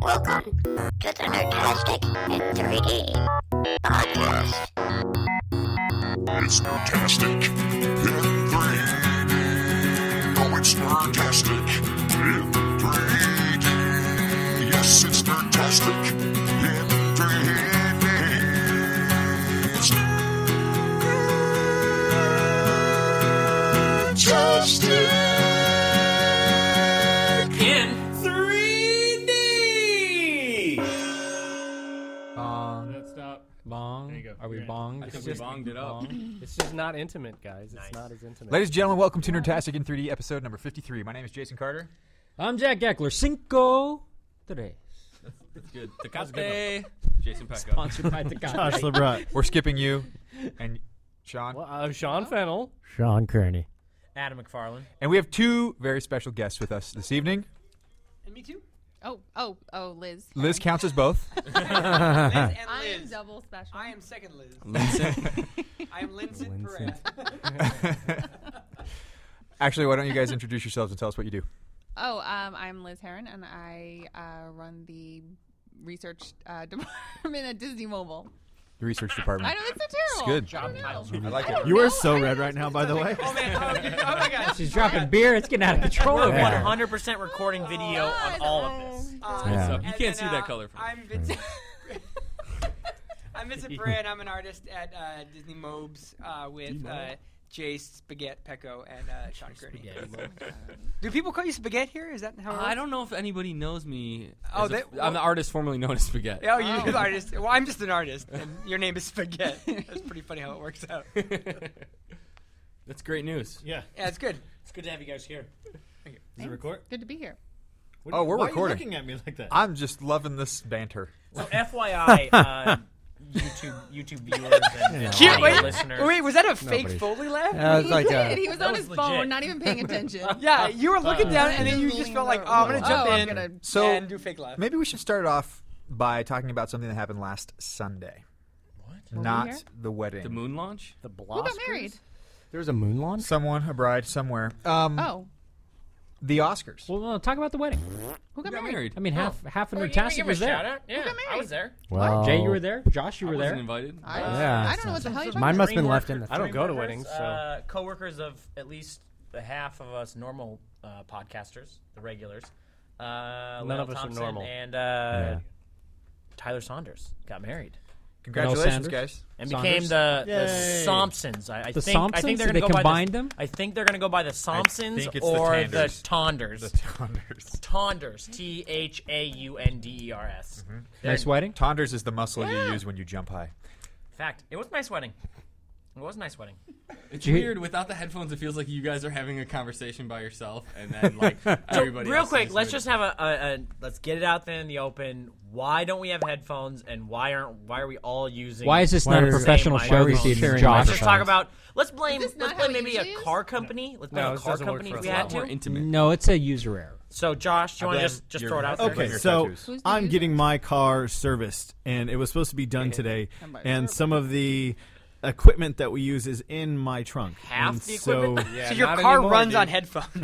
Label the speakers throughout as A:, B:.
A: Welcome to the Nerdtastic in 3D podcast.
B: It's fantastic in 3D. Oh, it's fantastic in 3D. Yes, it's fantastic in 3D. It's fantastic.
C: in 3D.
D: Bong.
E: That stop.
D: Bong.
E: you go.
D: Are we
E: You're in.
D: bonged?
C: I think we bonged it up.
D: Bong. It's just not intimate, guys. It's not as intimate.
F: Ladies and gentlemen, welcome to Nerdtastic in 3D, episode number 53. My name is Jason Carter.
D: I'm Jack Eckler. Cinco tres.
C: That's good. Tecate. Jason Pecco.
D: Sponsored by Tecate.
G: Josh LeBrun.
F: We're skipping you and Sean.
D: Well,
E: uh,
D: I'm Sean Fennel.
G: Sean Kearney.
C: Adam McFarlane.
F: And we have two very special guests with us this evening.
H: Oh, oh, oh, Liz.
F: Liz counts as both.
H: I am double special. I am second.
F: Actually, why don't you guys introduce yourselves and tell us what you do?
H: Oh, um, I'm Liz Heron, and I uh, run the research uh, department at Disney Mobile.
F: The research
H: I
F: department.
H: know it's so terrible.
F: good.
H: I don't know.
I: Mm-hmm.
F: I like
H: I don't
F: it.
G: You are
H: know.
G: so
H: I
G: red
H: don't
G: right now, by the way.
D: She's dropping beer. It's getting out of control over
G: Yeah.
D: there.
J: 100% recording video on
H: God.
J: all of this.
C: What's
G: Yeah.
C: up? You can't see that color from
I: I'm Vincent. I'm Vincent Brand. I'm an artist at uh, Disney Mobs uh, with uh, Jay Spaghetti Pecco and uh, Sean Kearney. Do people call you Spaghetti here? Is that how? It
C: I
I: works?
C: don't know if anybody knows me.
I: Oh,
C: as a-
I: they-
C: I'm the artist formerly known as Spaghetti.
I: Oh, you artist. Well, I'm just an artist, and your name is Spaghetti. That's pretty funny how it works out. Yeah,
C: That's great news.
J: Yeah.
I: it's good.
J: It's good to have you guys here.
G: Is it record?
H: Good to be here.
G: What-
F: Oh, we're
G: why
F: recording.
G: Are you looking at me like that.
F: I'm just loving this banter.
J: So, FYI, uh, YouTube YouTube viewers and uh,
I: Cute,
J: audio
I: wait.
J: listeners.
I: Wait, was that a fake
G: Nobody's-
I: Foley laugh?
G: Yeah,
H: he
G: it's like
H: did.
G: a,
H: He was on
J: was uh,
H: his phone,
J: legit. Uh,
H: not even paying attention.
I: yeah, you were looking down, and then you
H: Leaning
I: just felt like,
H: over.
I: oh, I'm gonna jump
H: Oh, I'm
I: in
H: gonna-
F: So-
I: and do fake laugh.
F: Maybe we should start off by talking about something that happened last Sunday. What? Not
H: Were we here?
F: the wedding.
C: The moon launch?
G: the
H: Who got married?
G: There was a moon launch.
F: Someone, a bride, somewhere. Um,
H: Oh,
F: The Oscars.
D: Well, no, talk about the wedding.
H: who got
C: got
H: married?
C: married.
D: I mean, half half of
J: Well, you can give
D: Nerdtastic
J: him a
D: was
J: shout
D: there.
J: out. Yeah,
H: got married.
J: I was there.
G: Wow.
D: Jay, you were there. Josh, you
C: I
D: were
C: wasn't
D: there.
C: invited.
H: I,
G: Yeah,
H: I don't know what the hell you're talking
G: Mine
H: about.
G: must have been left in the.
D: I don't go to
J: Members,
D: weddings, so
J: Uh, coworkers of at least the half of us normal uh, podcasters, the regulars. Uh,
D: None
J: Lyle
D: of us are
J: Thompson
D: normal.
J: And uh,
G: Yeah.
J: Tyler Saunders got married.
F: Congratulations,
D: Sanders.
F: guys.
J: And
D: Saunders?
J: became the,
G: Yay.
J: the Thompsons. I, I
D: The
J: think I
D: Thompsons?
J: think they're
D: Did they
J: gonna go
D: combine
J: by the,
D: them?
J: I think they're gonna go by the Thompsons
F: think it's the
J: or
F: Tanders.
J: Tonders.
F: Tonders.
J: Tonders. T H A U N D E R S.
D: nice wedding.
F: Tonders is the muscle you use when you jump high.
J: Fact. It was a nice wedding. It was a nice wedding.
C: It's
D: you-
C: weird. Without the headphones, it feels like you guys are having a conversation by yourself and then, like, everybody
J: Real
C: else is
J: quick, let's
C: with-
J: just have a, a, a let's get it out there in the open. Why don't we have headphones and why aren't why are we all using
D: Why is this not a
J: the same
D: professional show
J: microphones?
D: this evening,
G: sharing
J: Let's
D: Josh?
J: just talk about let's blame
H: Is this
J: let's
H: not how
J: blame
H: it
J: maybe
H: usually
J: a
H: is?
J: car company. Let's blame
D: No,
J: a
D: this
J: car
D: doesn't work
J: company
D: for
J: if
D: us.
J: we
C: a
J: had
C: lot more
J: to.
C: intimate.
D: No, it's a user error.
J: So Josh, do you want to
F: blame
J: just just
F: your-
J: throw it out there?
F: Blame
G: Okay,
F: your
G: so
F: tattoos.
H: Who's the
G: I'm
H: user?
G: getting my car serviced, and it was supposed to be done today. And some of the equipment that we use is in my trunk.
J: Half
G: And
J: the
G: so
J: equipment?
I: so your car runs on headphones.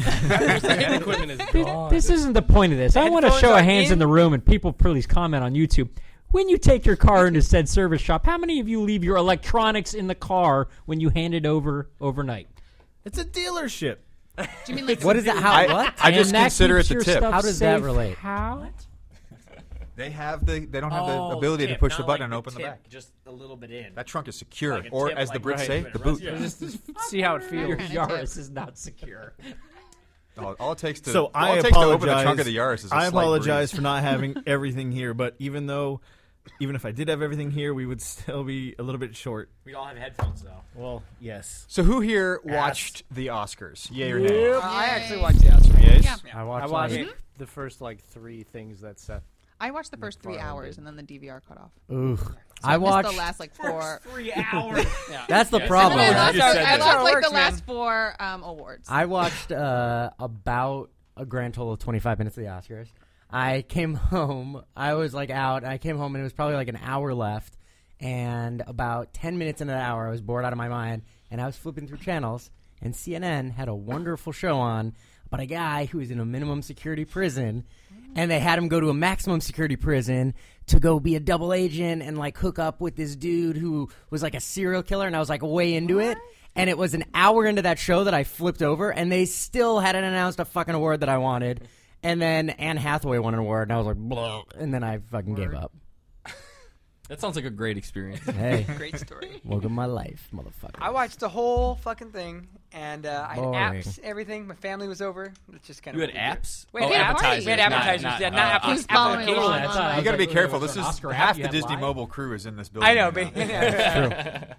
C: equipment is
D: Dude, this isn't the point of this. I want to
I: Headphones
D: show
I: are
D: of hands in.
I: in.
D: the room and people please comment on YouTube. When you take your car into said service shop, how many of you leave your electronics in the car when you hand it over overnight?
G: it's a dealership.
H: Do you mean like
G: What is that? How?
F: what? I just
D: And that
F: consider it
D: keeps
F: the
D: your
F: tip.
D: stuff
F: How
G: does that
D: safe.
G: relate?
D: How?
F: They have the. They don't have
J: Oh,
F: the ability to
J: tip,
F: push the
J: not
F: button and
J: like
F: open the
J: tip,
F: back.
J: Just a little bit in.
F: That trunk is secure,
J: Like a
F: or
J: tip,
F: as the
J: like
F: Brits
J: right,
F: say,
J: right,
F: the
J: right.
F: boot.
D: See how it feels. Your
H: Kind of
D: Yaris is not secure.
F: All, all it takes to
G: So
F: all
G: I
F: it takes to open the trunk of the
G: apologize.
F: Yaris is a
G: I
F: slight
G: apologize
F: breeze.
G: for not having everything here, but even though, even if I did have everything here, we would still be a little bit short.
J: We all have headphones though.
G: Well, yes.
F: So who here watched the Oscars? Yay or nay?
I: I actually
H: Yay.
I: watched the Oscars.
H: Yeah.
G: I watched.
D: the first like three things that Seth.
H: I watched the first three hours, and then the DVR cut off.
K: I
H: Missed
K: watched.
H: the last like four.
J: Three hours.
K: that's the
H: No,
K: problem.
H: no, no,
K: right?
H: I watched,
I: said
H: I
I: that.
H: watched like
I: Works,
H: the
I: man.
H: last four um, awards.
K: I watched uh, about a grand total of 25 minutes of the Oscars. I came home. I was like out. and I came home and it was probably like an hour left. And about 10 minutes into the hour, I was bored out of my mind. And I was flipping through channels. And CNN had a wonderful show on but a guy who is in a minimum security prison, and they had him go to a maximum security prison to go be a double agent and like hook up with this dude who was like a serial killer. And I was like way into it. And it was an hour into that show that I flipped over, and they still hadn't announced a fucking award that I wanted. And then Anne Hathaway won an award, and I was like, Bleh. and then I fucking gave up.
C: That sounds like a great experience.
K: Hey,
I: Great story.
K: welcome to my life, motherfucker.
I: I watched the whole fucking thing, and uh, I had
K: Boring.
I: apps, everything. My family was over. It's just kind of
C: You had apps?
I: We had
C: Oh,
I: appetizers. We had appetizers.
C: not-
I: yeah,
C: not,
I: not
C: uh,
I: applica-
H: Who's following
I: applications.
H: along?
K: that's not-
H: I
F: You
H: was
F: got to be
D: like,
F: careful.
D: was
F: This
D: an
F: is
D: Oscar
F: half
D: app you
F: the
D: had
F: Disney
D: live?
F: Mobile crew is in this building.
I: I know,
F: right
I: but
F: now.
K: True.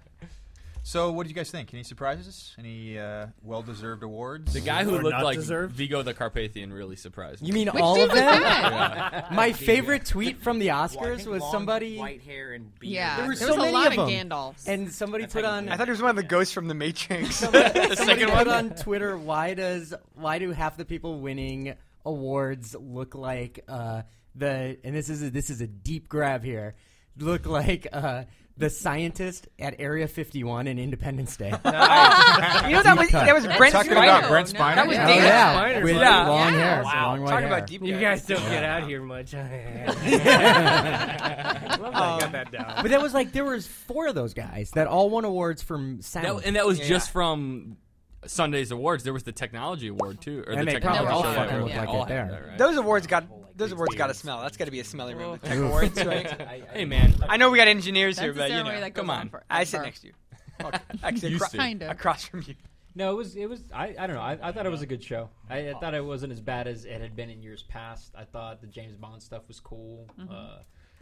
F: So, what did you guys think? Any surprises? Any uh, well-deserved awards?
C: The guy who
G: Or
C: looked
G: not
C: like
G: deserved?
C: Vigo the Carpathian really surprised me.
K: You mean
H: Which
K: all
H: dude
K: of
H: was
K: them?
H: that?
K: My favorite tweet from the Oscars
J: think
K: was
J: long,
K: somebody,
J: white hair and beard.
H: Yeah,
K: There were so
H: was
K: many
H: a lot
K: of them.
H: Gandalfs.
K: and somebody put on.
I: I thought it was one of the ghosts from The Matrix.
K: somebody put on Twitter, why does why do half the people winning awards look like uh, the? And this is a, this is a deep grab here. Look like uh, the scientist at Area 51 in Independence Day.
I: you know that was that was Brent
F: Talking
I: Spiner.
F: about Brent Spiner.
I: That was
K: Oh,
I: Dan
K: yeah,
I: Spiner.
K: with
I: Yeah.
K: long hair,
J: Wow.
K: long white
I: Talk
K: hair.
I: about deep.
E: You guys don't get out here much. Love that I got that down.
K: but that was like there was four of those guys that all won awards from sound.
C: That, and that was
I: Yeah.
C: just from Sunday's awards. There was the technology award too, or
K: And
C: the
K: they
C: technology
H: probably all
C: show that
H: fucking
C: we
H: look
C: were-
H: like
C: all
K: it there.
C: had that, right?
I: Those awards got those awards got a smell. That's got to be a smelly room. The tech awards, right?
C: hey man,
I: I know we got engineers
H: That's
I: here,
H: a
I: but you
H: ceremony
I: know,
H: that goes
C: come on.
H: forever.
I: I sit next to you. Okay. Actually,
C: Used
I: acro-
C: to.
H: Kinda.
I: across from you.
D: No, it was it was I, I don't know. I, I thought it was a good show. I, I thought it wasn't as bad as it had been in years past. I thought the James Bond stuff was cool.
J: Mm-hmm.
D: Uh,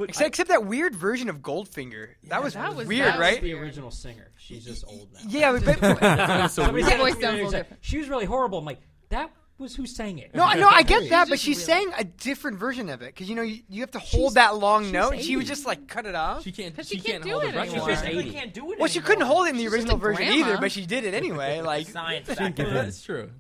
I: Except, except that weird version of Goldfinger. that was
H: that was-
I: weird,
H: that was
I: right?
D: the original singer. She's just old now.
I: Yeah, but, but-
D: Somebody
H: Her
D: said
H: voice
D: it to me
H: sounds a
D: the
H: little
D: other day,
H: different.
D: She was really horrible. I'm like, that was who sang it.
I: no, I no, I get that, but
H: just
I: she
H: really-
I: sang a different version of it because you know you, you have to hold that long note. and She was just like cut it off.
C: she can't.
H: 'Cause
C: She,
H: she can't
C: can't
H: do
C: hold
H: it
C: her breath. She's
H: anymore.
C: just
J: She
C: eighty.
J: can't do it.
I: Well, she
J: anymore.
I: couldn't hold it in the
H: She's just
I: original
H: a
I: version
H: grandma.
I: either, but she did it anyway. Like
J: Science. Back then.
C: That's true.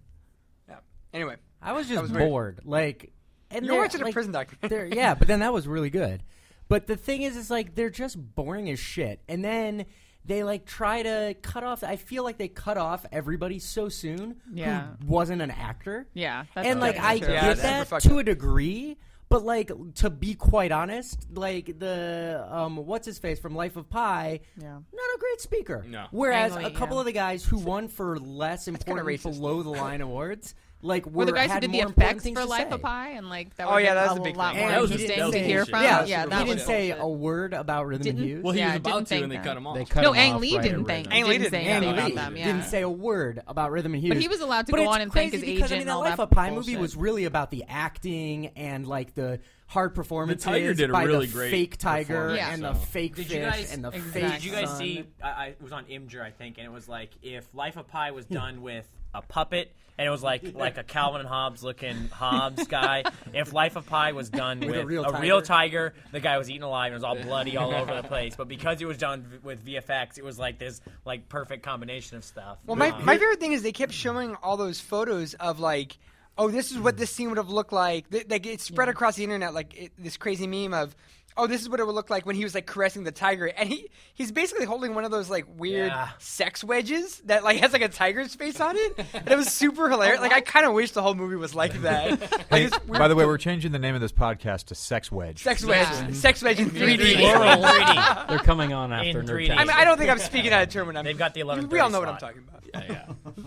I: anyway,
K: I was just
I: was weird.
K: bored. Like, and
I: you're
K: they're,
I: watching a
K: like,
I: prison documentary.
K: they're- yeah, but then that was really good. But the thing is, is like they're just boring as shit. And then they like try to cut off. I feel like they cut off everybody so soon.
H: Yeah.
K: who wasn't an actor.
H: yeah, that's
K: and like
H: okay.
K: I
I: Yeah, that's
K: get
I: super
K: that
I: fucked
K: to
I: up.
K: a degree. But like to be quite honest, like the um, what's his face from Life of Pi,
H: Yeah.
K: not a great speaker.
C: No.
K: Whereas
H: Angley,
K: a couple
H: yeah.
K: of the guys who won for less
I: kinda
K: important
I: racist.
K: below the line awards, like
H: were the guys who
K: had
H: did the
K: more important
H: effects
K: things
H: for
K: to
H: Life
K: say.
H: of Pi and like that
I: Oh,
H: was
I: yeah,
H: like,
I: that was
H: a
I: the big
H: lot
I: thing.
H: more
K: That was the-
H: interesting
K: that was
H: to
K: the
H: hear
C: bullshit.
H: from.
K: Yeah,
I: Yeah,
H: yeah,
I: that
K: he
H: that
I: was
K: didn't
H: was
K: say a word about rhythm
H: Didn't-
K: and blues.
C: Well, he
H: Yeah,
C: was
H: I
C: about
H: didn't
C: to,
H: think
C: and they
H: that.
C: cut him off.
E: They cut
H: no,
E: him
H: Ang
E: off
H: Lee
E: right
H: didn't
E: away.
H: thank.
K: Ang
H: didn't
K: Lee
H: say
K: didn't-
H: anything
K: Ang Lee
H: about them. Yeah.
K: didn't say a word about rhythm and hues.
H: But he was allowed to
K: But
H: go
K: it's
H: on and
K: crazy
H: thank his
K: because,
H: agent
K: I mean,
H: and
K: that
H: all
K: Life
H: that
K: of Pi movie
H: bullshit.
K: was really about the acting and like the hard performances
C: did a
K: by
C: really
K: the
C: great
K: fake tiger
C: performance,
H: Yeah.
K: and
C: so.
K: the fake
J: Did
K: fish
J: you guys?
K: and the
H: Exactly.
K: fake
J: Did you guys
K: sun.
J: see? I, I it was on Imgur, I think, and it was like if Life of Pi was done with a puppet, and it was like like a Calvin and Hobbes looking Hobbes guy. if Life of Pi was done with,
K: a real tiger.
J: tiger, the guy was eaten alive and it was all bloody all over the place. But because it was done v- with VFX, it was like this like perfect combination of stuff.
I: Well, my,
J: Um,
I: my favorite thing is they kept showing all those photos of like, oh, this is
J: Mm.
I: what this scene would have looked like. Th- Like it spread across the internet like it, this crazy meme of, oh, this is what it would look like when he was like caressing the tiger, and he he's basically holding one of those like weird
J: Yeah.
I: sex wedges that like has like a tiger's face on it. And it was super hilarious. Like I kind of wish the whole movie was like that.
F: Hey,
I: Like, this
F: by the way, we're changing the name of this podcast to Sex Wedge.
I: sex wedge,
H: Yeah.
I: sex wedge in 3D.
J: 3D.
D: World.
J: 3D.
D: They're coming on after
J: In
D: Nerd
J: 3D.
D: Test.
I: I mean, I don't think I'm speaking out of turn when I'm.
J: They've got the
I: you-
J: 11.
I: We all know what I'm talking about.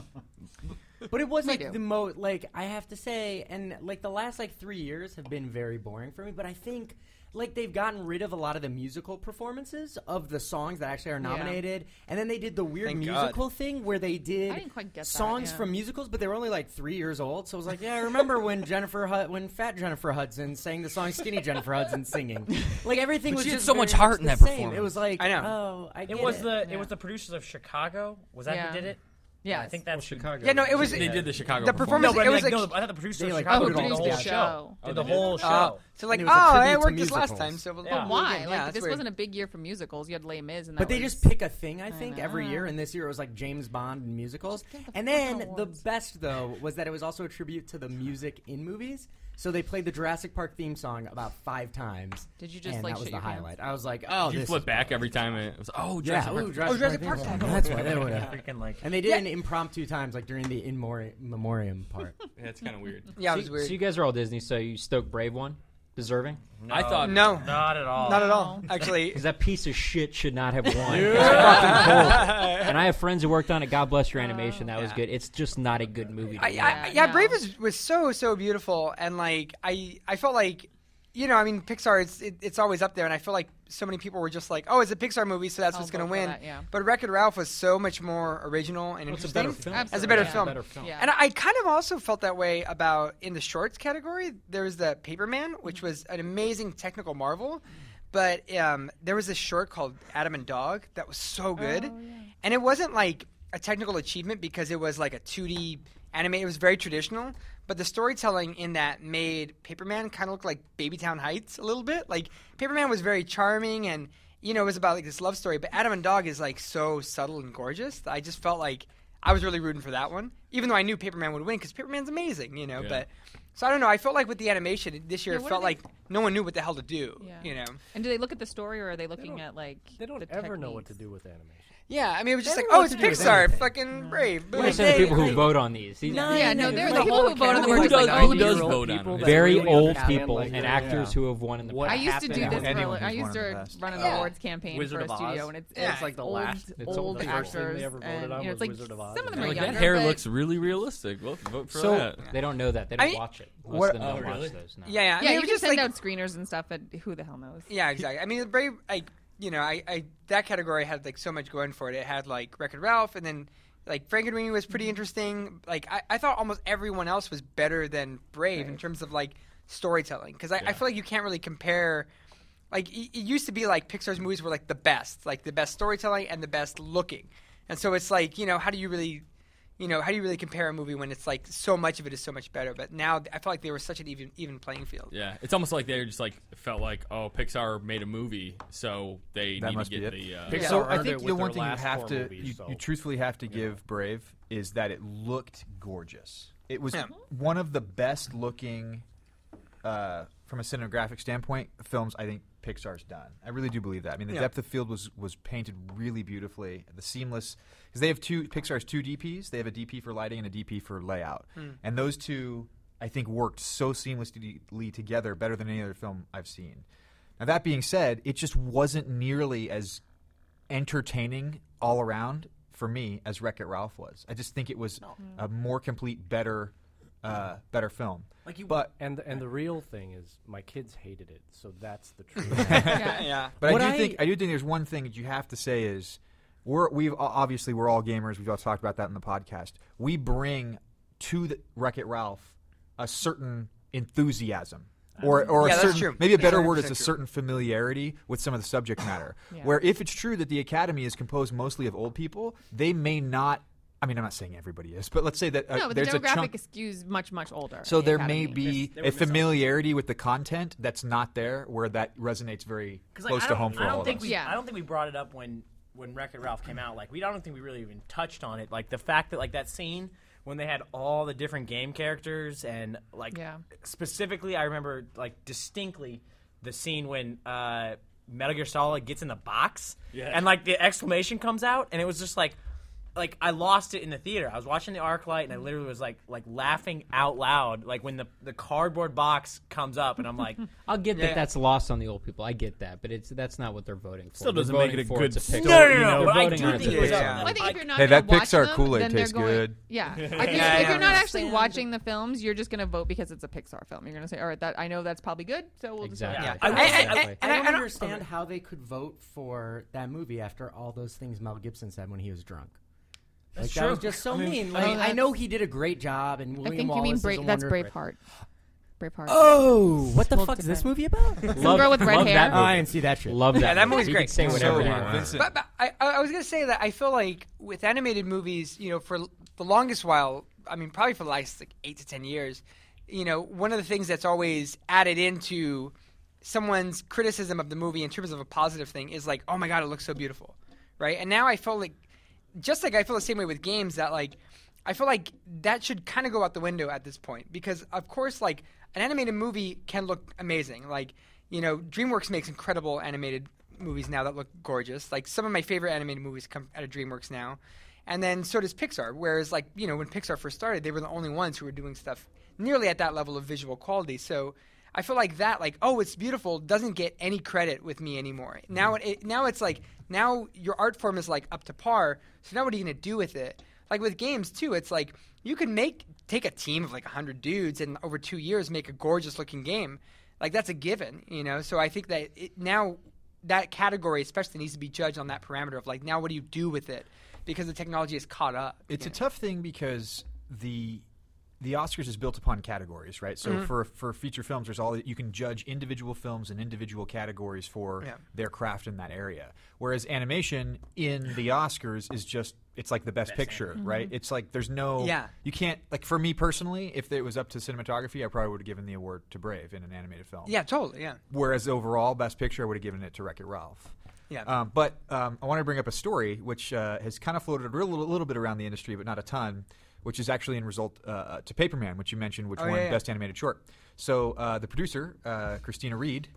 K: But it wasn't
H: We do.
K: the most like I have to say, and like the last like three years have been very boring for me. But I think like they've gotten rid of a lot of the musical performances of the songs that actually are nominated, and then they did the weird
I: Thank God.
K: musical thing where they did
H: I didn't quite get that,
K: songs
H: yeah.
K: from musicals, but they were only like three years old. So I was like, yeah, I remember when Jennifer Hud- when Fat Jennifer Hudson sang the song Skinny Jennifer Hudson singing, like everything was
C: she had
K: just
C: so much
K: very
C: heart in
K: the
C: that
K: same. It
C: performance.
K: was like
I: I know.
K: Oh, I
J: It
K: get
J: was
K: it.
J: the
H: Yeah.
J: it was the producers of Chicago. Was that
H: Yeah.
J: who did it?
H: Yeah,
J: I think that's who-
D: Chicago.
I: Yeah, no, it was.
C: They did the Chicago
I: The
J: No,
I: performance-
J: but I,
I: It
J: mean,
I: was
J: like,
I: like-
J: no, I thought the producers
K: they,
J: of
K: like,
J: Chicago
K: put
J: did
K: it all
J: the whole
K: together.
J: show. Did the
C: they did?
J: whole
I: Uh,
J: show.
I: so like,
K: And
I: oh,
K: Oh, it was a tribute
I: I
K: to
I: worked this last
K: musicals.
I: time, so we'll
J: Yeah.
H: But why?
I: Yeah,
H: Like
I: that's
H: this
I: weird.
H: wasn't a big year for musicals. You had Les Mis, and that
K: But they
H: was-
K: just pick a thing, I think, every
H: know.
K: year, and this year it was like James Bond and musicals.
H: Just get the
K: and
H: fucking
K: then the
H: awards.
K: best though was that it was also a tribute to the music in movies. So they played the Jurassic Park theme song about five times.
H: Did you just,
K: and
H: like,
K: that was
H: shit
K: the
H: your pants?
K: highlight? I was like, oh,
C: you
K: this
C: flip back every time and it was oh Jurassic
K: yeah,
C: Park.
K: ooh, Jurassic Park. theme song. That's why they would have
J: Freaking, like-
K: And they did an impromptu times like during the in mori- memoriam part.
C: Yeah, it's kind of weird.
I: Yeah, it
D: so,
I: was weird.
D: So you guys are all Disney, so you stoked Brave One, deserving.
C: I thought
I: No.
J: Not at all.
I: Not at all. Actually,
D: Because that piece of shit should not have won.
I: Yeah.
D: It's fucking horrible. And I have friends who worked on it. God bless your animation. That was good. It's just not a good movie. To
I: Uh, I, I,
D: watch.
I: yeah, Brave is, was so so beautiful, and like I I felt like, you know, I mean, Pixar it's it, it's always up there, and I feel like so many people were just like, oh, it's a Pixar movie, so that's
H: I'll
I: what's gonna
H: vote for
I: win.
H: that, yeah.
I: But Wreck It Ralph was so much more original and
D: Well, it's a
I: interesting.
D: better film.
I: As
H: Absolutely.
I: a better
H: Yeah.
I: film.
D: Better film.
H: Yeah.
I: And I, I kind of also felt that way about in the shorts category. There was the Paperman, which was an amazing technical marvel, but um, there was this short called Adam and Dog that was so good,
H: Oh,
I: and it wasn't like a technical achievement because it was like a 2D anime. It was very traditional, but the storytelling in that made Paperman kind of look like Babytown Heights a little bit. Like Paperman was very charming and. You know, it was about like this love story, but Adam and Dog is like so subtle and gorgeous. I just felt like I was really rooting for that one, even though I knew Paperman would win because Paperman's amazing, you know.
C: Yeah.
I: But so I don't know. I felt like with the animation this year,
H: Yeah,
I: it
H: what
I: felt
H: do they-
I: like no one knew what the hell to do,
H: Yeah.
I: you know.
H: And do they look at the story, or are they looking at like
E: They don't
H: the
E: ever know what to
H: techniques?
E: do with animation.
I: Yeah, I mean, it was just
K: They
I: like,
K: don't know
I: oh,
K: what
I: it's
K: to do with
I: Pixar,
K: anything.
I: fucking brave.
D: I
I: boom,
D: understand the people
I: they-
D: who vote on these. These-
H: Yeah, no, they're the people who vote on the
I: Who
H: ones
C: does-
H: like, oh,
C: who
H: you
C: does
H: know.
C: vote on it?
D: very
E: really
D: old
E: understand,
D: people
E: like,
D: and
E: yeah.
D: actors who have won in the
E: What
H: I used to
E: happened
H: do
E: with
H: this. For,
F: anyone
H: a- I
F: who's
H: used
F: one of the
H: to
F: best?
H: run an
I: Yeah.
H: awards campaign
J: Wizard
H: for
J: of
H: a studio,
J: Oz?
H: and it's,
I: Yeah.
H: it's like the old,
K: last-
H: old,
D: It's old.
E: The first thing they
H: actors.
E: ever voted
H: and,
E: on
H: you know, it's
E: was
H: like
E: Wizard of Oz.
H: some of them are
C: Like
H: younger.
C: that hair
H: but
C: looks really realistic. Vote, vote for
D: So
C: that.
D: they don't know that. They
I: I
D: don't
I: mean,
D: watch it. Most
I: what-
D: of them don't
C: oh,
D: watch
C: really?
D: those. No.
I: Yeah, yeah. I
H: Yeah,
I: mean, it
H: you
I: was
H: can
I: just
H: send
I: like,
H: out screeners and stuff, but who the hell knows?
I: Yeah, exactly. I mean, the Brave, like you know, I, I that category had like so much going for it. It had like Record Ralph, and then like Frankenweenie was pretty interesting. Like I, I thought almost everyone else was better than Brave in terms of like storytelling, because I, I feel like you can't really compare. Like it, it used to be like Pixar's movies were like the best, like the best storytelling and the best looking, and so it's like you know how do you really. You know, how do you really compare a movie when it's like so much of it is so much better? But now I feel like they were such an even even playing field.
C: Yeah, it's almost like they just like felt like oh Pixar made a movie, so they
F: That
C: need
F: must
C: to
F: be
C: get
F: it.
C: the. Uh,
E: Pixar
F: So I
E: earned it
F: think
E: with
F: the
E: their
F: one thing you
E: last
F: have
E: four
F: to
E: movies,
F: you,
E: so.
F: you truthfully have to give Brave is that it looked gorgeous. It was
I: Yeah.
F: one of the best looking uh, from a cinematographic standpoint films I think Pixar's done. I really do believe that. I mean the
I: Yeah.
F: depth of field was was painted really beautifully. The seamless cuz they have two Pixar's two DPs. They have a DP for lighting and a DP for layout. And those two I think worked so seamlessly together better than any other film I've seen. Now that being said, it just wasn't nearly as entertaining all around for me as Wreck It Ralph was. I just think it was a more complete, better, uh, better film.
J: Like you-
F: but
E: And and the real thing is, my kids hated it, so that's the truth.
I: yeah.
F: but I
K: What
F: do
K: I-
F: think I do think there's one thing that you have to say is we're we've o- obviously we're all gamers. We've all talked about that in the podcast. We bring to the Wreck It Ralph a certain enthusiasm. Or, or a
I: Um, Yeah, that's
F: certain,
I: true.
F: maybe a
I: That's
F: better
I: 100%
F: word is a
I: true.
F: certain familiarity with some of the subject matter.
H: Yeah.
F: Where if it's true that the Academy is composed mostly of old people, they may not. I mean, I'm not saying everybody is, but let's say that uh,
H: No, but the
F: there's a chunk.
H: demographic skews much much older.
F: So
H: in the
F: there may
H: Academy.
F: be a familiarity with the content that's not there, where that resonates very
J: 'Cause, like,
F: close
J: I
F: to
J: don't-
F: home for
J: I don't
F: all of
J: think
F: us.
J: We,
H: Yeah.
J: I don't think we brought it up when when Wreck It Ralph came out. Like we I don't think we really even touched on it. Like the fact that like that scene when they had all the different game characters and like
H: Yeah.
J: specifically, I remember like distinctly the scene when. uh Metal Gear Solid gets in the box,
C: Yeah.
J: and like the exclamation comes out, and it was just like, like I lost it in the theater. I was watching the arc light, and I literally was like, like laughing out loud, like when the the cardboard box comes up, and I'm like,
D: I'll get that.
I: Yeah.
D: That's lost on the old people. I get that, but it's that's not what they're voting for.
G: Still
D: They're
G: doesn't make
D: voting
G: it a
D: for
G: good
D: it's a
G: story, No, no,
D: Pixar.
G: no,
D: They're
G: no, but I
D: voting
G: do
D: on it's
G: think
D: a
G: it was
D: Pixar.
G: a-
H: Well, I think if
J: I-
H: you're not
F: Hey,
H: gonna
F: that
H: watch
F: Pixar
H: them,
F: Kool-Aid
H: then they're
F: tastes
H: going-
F: good.
H: Yeah, I think
I: yeah,
H: if
I: yeah.
H: you're not actually watching the films, you're just going to vote because it's a Pixar film. You're going to say, "All right, that I know that's probably good, so we'll
D: Exactly.
H: just."
J: Yeah.
D: I-
J: I-
D: Exactly.
K: I
I: And I-
K: don't
I: I don't-
K: understand how they could vote for that movie after all those things Mel Gibson said when he was drunk. Like, that was just so mean. Like, I
H: that's-
K: know he did a great job, and
H: I
K: William
H: think you mean
K: Wallace
H: Bra-
K: is a
H: that's
K: wonder-
H: Braveheart. Braveheart.
K: Oh, what the
H: Well,
K: fuck is
H: different.
K: this movie about? oh,
D: Love-
H: girl with red
D: love
H: hair.
D: That movie.
K: I didn't see that shit.
D: Love that.
I: Yeah, that
D: movie.
I: movie's
D: You
I: great.
D: Can say whatever.
F: So,
D: you want.
F: Vincent,
I: But, but I, I I was going to say that I feel like with animated movies, you know, for l- the longest while, I mean, probably for the last like eight to ten years, you know, one of the things that's always added into someone's criticism of the movie in terms of a positive thing is like, oh my god, it looks so beautiful, right? And now I feel like, just like I feel the same way with games that like, I feel like that should kind of go out the window at this point because of course like an animated movie can look amazing. Like, you know, DreamWorks makes incredible animated movies now that look gorgeous. Like, some of my favorite animated movies come out of DreamWorks now. And then so does Pixar. Whereas, like, you know, when Pixar first started, they were the only ones who were doing stuff nearly at that level of visual quality. So I feel like that, like, oh, it's beautiful, doesn't get any credit with me anymore. Now, it, it, now it's like, now your art form is like up to par. So now what are you going to do with it? Like with games too, it's like you can make take a team of like hundred dudes and over two years make a gorgeous looking game. Like that's a given, you know. So I think that it, now that category especially needs to be judged on that parameter of like now what do you do with it because the technology has caught up.
F: It's a tough thing because the the Oscars is built upon categories, right? So
I: Mhm.
F: for for feature films, there's all you can judge individual films and individual categories for
I: Yeah.
F: their craft in that area. Whereas animation in the Oscars is just it's like the best, picture,
I: animated.
F: right?
I: Mhm.
F: It's like there's no
I: Yeah.
F: you can't like for me personally, if it was up to cinematography, I probably would have given the award to Brave in an animated film.
I: Yeah, totally. Yeah.
F: Whereas overall, best picture, I would have given it to Wreck It Ralph.
I: Yeah.
F: Um, but um, I want to bring up a story which uh, has kind of floated a little, little bit around the industry, but not a ton, which is actually in result uh, to Paperman, which you mentioned, which
I: Oh,
F: won
I: yeah, yeah.
F: Best Animated Short. So uh, the producer, uh, Christina Reed,